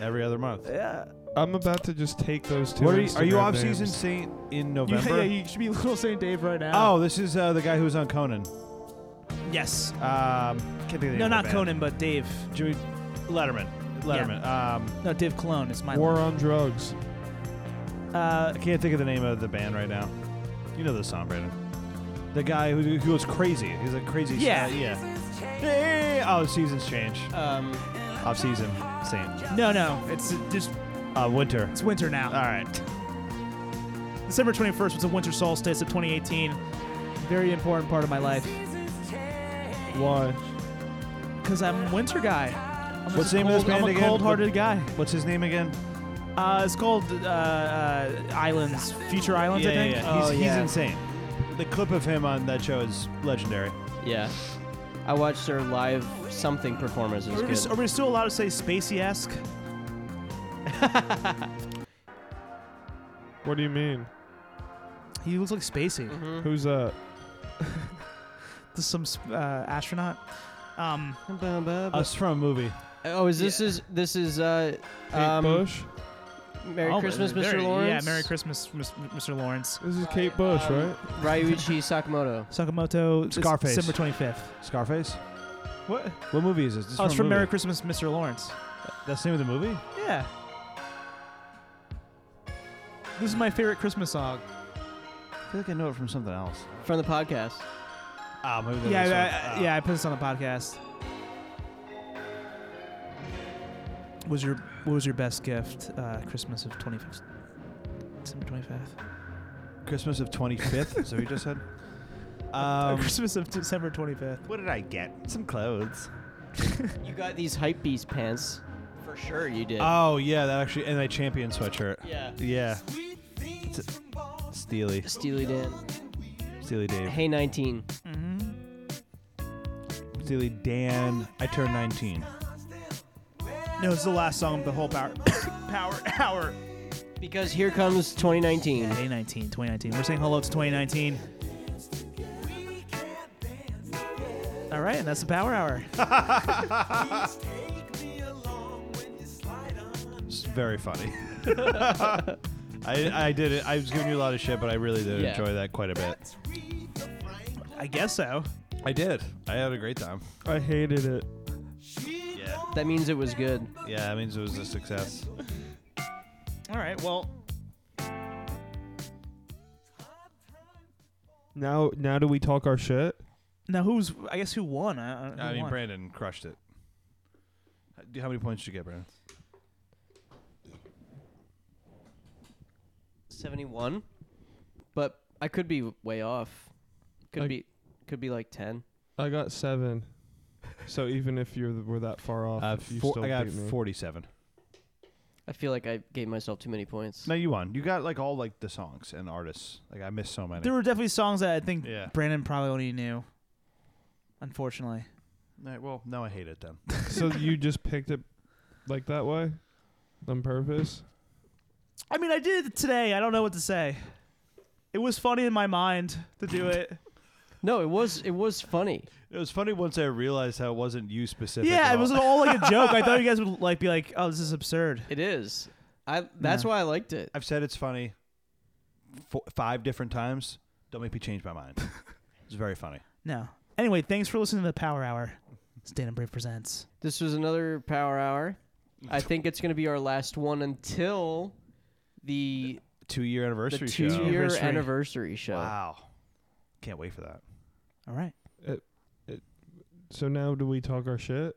Speaker 3: every other month.
Speaker 5: Yeah.
Speaker 7: I'm about to just take those two.
Speaker 3: What are you? Are you
Speaker 7: Instagram
Speaker 3: off-season
Speaker 7: names.
Speaker 3: saint in
Speaker 5: You,
Speaker 3: November?
Speaker 5: yeah, you should be Little Saint Dave right now.
Speaker 3: Oh, this is uh, the guy who was on Conan.
Speaker 5: Oh, Yes.
Speaker 3: Um, can't think of the name
Speaker 5: No,
Speaker 3: of
Speaker 5: not
Speaker 3: the band.
Speaker 5: Conan, but Dave.
Speaker 3: Jimmy Letterman. Letterman. Um,
Speaker 5: No, Dave Cologne is my.
Speaker 7: War on Drugs.
Speaker 5: Uh,
Speaker 3: I can't think of the name of the band right now. You know the song, Brandon. The guy who, who goes crazy. He's like crazy.
Speaker 5: Yeah.
Speaker 3: uh, yeah. Hey, oh, seasons change.
Speaker 4: Um,
Speaker 3: Off season, same.
Speaker 5: no, no, it's just
Speaker 3: Uh, winter.
Speaker 5: it's winter now.
Speaker 3: All right.
Speaker 5: December 21st was a winter solstice of 2018. Very important part of my life
Speaker 7: Why?
Speaker 5: because I'm a winter guy. I'm just
Speaker 3: What's
Speaker 5: a
Speaker 3: the name of this
Speaker 5: cold- I'm
Speaker 3: band
Speaker 5: a
Speaker 3: again?
Speaker 5: cold-hearted
Speaker 3: What-
Speaker 5: guy.
Speaker 3: What's his name again?
Speaker 5: Uh, it's called uh, uh, Islands, Future Islands, I think.
Speaker 4: Oh,
Speaker 3: He's, he's
Speaker 4: yeah.
Speaker 3: insane. The clip of him on that show is legendary.
Speaker 4: yeah. I watched their live something performance. It was
Speaker 5: Are we,
Speaker 4: good.
Speaker 5: are we still allowed to say spacey-esque?
Speaker 7: What do you mean?
Speaker 3: Mm-hmm.
Speaker 5: He looks like Spacey.
Speaker 7: Who's that?
Speaker 5: This is some sp- uh, astronaut. Um,
Speaker 4: Bum, bum, bum.
Speaker 3: Us from a movie.
Speaker 4: oh, is this is this is uh,
Speaker 7: Kate
Speaker 4: um,
Speaker 7: Bush.
Speaker 4: Merry
Speaker 5: oh,
Speaker 4: Christmas,
Speaker 5: very-
Speaker 4: Mr. Lawrence.
Speaker 5: Yeah, Merry Christmas, Mr. Lawrence.
Speaker 7: This is Kate Bush,
Speaker 4: Um,
Speaker 7: right?
Speaker 4: Ryuichi Sakamoto.
Speaker 5: Sakamoto, it's
Speaker 3: Scarface.
Speaker 5: December 25th.
Speaker 3: Scarface.
Speaker 5: What?
Speaker 3: What movie is this? this is
Speaker 5: Oh, it's
Speaker 3: a
Speaker 5: from
Speaker 3: movie.
Speaker 5: Merry Christmas, Mr. Lawrence.
Speaker 3: That's the name of the movie.
Speaker 5: Yeah. This is my favorite Christmas song.
Speaker 3: I feel like I know it from something else.
Speaker 4: From the podcast.
Speaker 3: Ah, maybe that
Speaker 5: yeah,
Speaker 3: is
Speaker 5: I,
Speaker 3: from-
Speaker 5: I-
Speaker 3: ah.
Speaker 5: yeah. I put this on the podcast. Was your what was your best gift uh, Christmas of twenty fifth? December twenty fifth.
Speaker 3: Christmas of 25th. is that what you just said?
Speaker 5: Uh,
Speaker 3: Um,
Speaker 5: Christmas of December twenty fifth.
Speaker 3: what did I get? Some clothes.
Speaker 4: You got these hype beast pants. For sure you did.
Speaker 5: Uh,
Speaker 3: Oh yeah, that actually and my champion sweatshirt.
Speaker 4: yeah.
Speaker 3: Yeah. It's a- Steely,
Speaker 4: Steely Dan.
Speaker 3: Steely Dave,
Speaker 4: Hey 19.
Speaker 5: Mm-hmm.
Speaker 3: Steely Dan. I turned 19.
Speaker 5: No, it's the last song of the whole power power hour.
Speaker 4: Because here comes 2019.
Speaker 5: Day 19, 2019. We're saying hello to 2019. All right, and that's the Power Hour.
Speaker 3: It's very funny. I, I did it. I was giving you a lot of shit, but I really did
Speaker 4: Yeah.
Speaker 3: enjoy that quite a bit.
Speaker 5: I guess so.
Speaker 3: I did. I had a great time.
Speaker 7: I hated it.
Speaker 3: Yeah.
Speaker 4: That means it was good.
Speaker 3: Yeah, that means it was a success.
Speaker 5: All right, well,
Speaker 7: Now, now do we talk our shit?
Speaker 5: now who's? I guess who won? I,
Speaker 3: I mean, Brandon crushed it. How- do- How many points did you get, Brandon?
Speaker 4: 71. But I could be way off. Could
Speaker 7: Like-
Speaker 4: be could be like 10.
Speaker 7: I got seven. So even if you were that far off,
Speaker 3: Uh,
Speaker 7: you
Speaker 3: four-
Speaker 7: still
Speaker 3: I got
Speaker 7: beat me.
Speaker 3: 47.
Speaker 4: I feel like I gave myself too many points.
Speaker 3: No, you won. You got like all like the songs and artists. Like I missed so many.
Speaker 5: There were definitely songs that I think
Speaker 3: Yeah.
Speaker 5: Brandon probably only knew. Unfortunately,
Speaker 3: All right, well, now I hate it then.
Speaker 7: so you just picked it like that way, on purpose.
Speaker 5: I mean, I did it today. I don't know what to say. It was funny in my mind to do it.
Speaker 4: No, it was it was funny.
Speaker 3: It was funny once I realized how it wasn't you specific.
Speaker 5: yeah,
Speaker 3: at
Speaker 5: it was
Speaker 3: all.
Speaker 5: all like a joke. I thought you guys would like be like, "Oh, this is absurd."
Speaker 4: It is. I that's
Speaker 5: Yeah.
Speaker 4: why I liked it.
Speaker 3: I've said it's funny four, five different times. Don't make me change my mind. it's very funny.
Speaker 5: No. Anyway, thanks for listening to the Power Hour. Stan and Brave presents.
Speaker 4: This was another power hour. I think it's going to be our last one until the
Speaker 3: Two year
Speaker 4: the
Speaker 3: anniversary
Speaker 4: two
Speaker 3: show.
Speaker 4: year
Speaker 5: Anniversary.
Speaker 4: anniversary show.
Speaker 3: Wow. Can't wait for that.
Speaker 5: All right.
Speaker 7: So now do we talk our shit?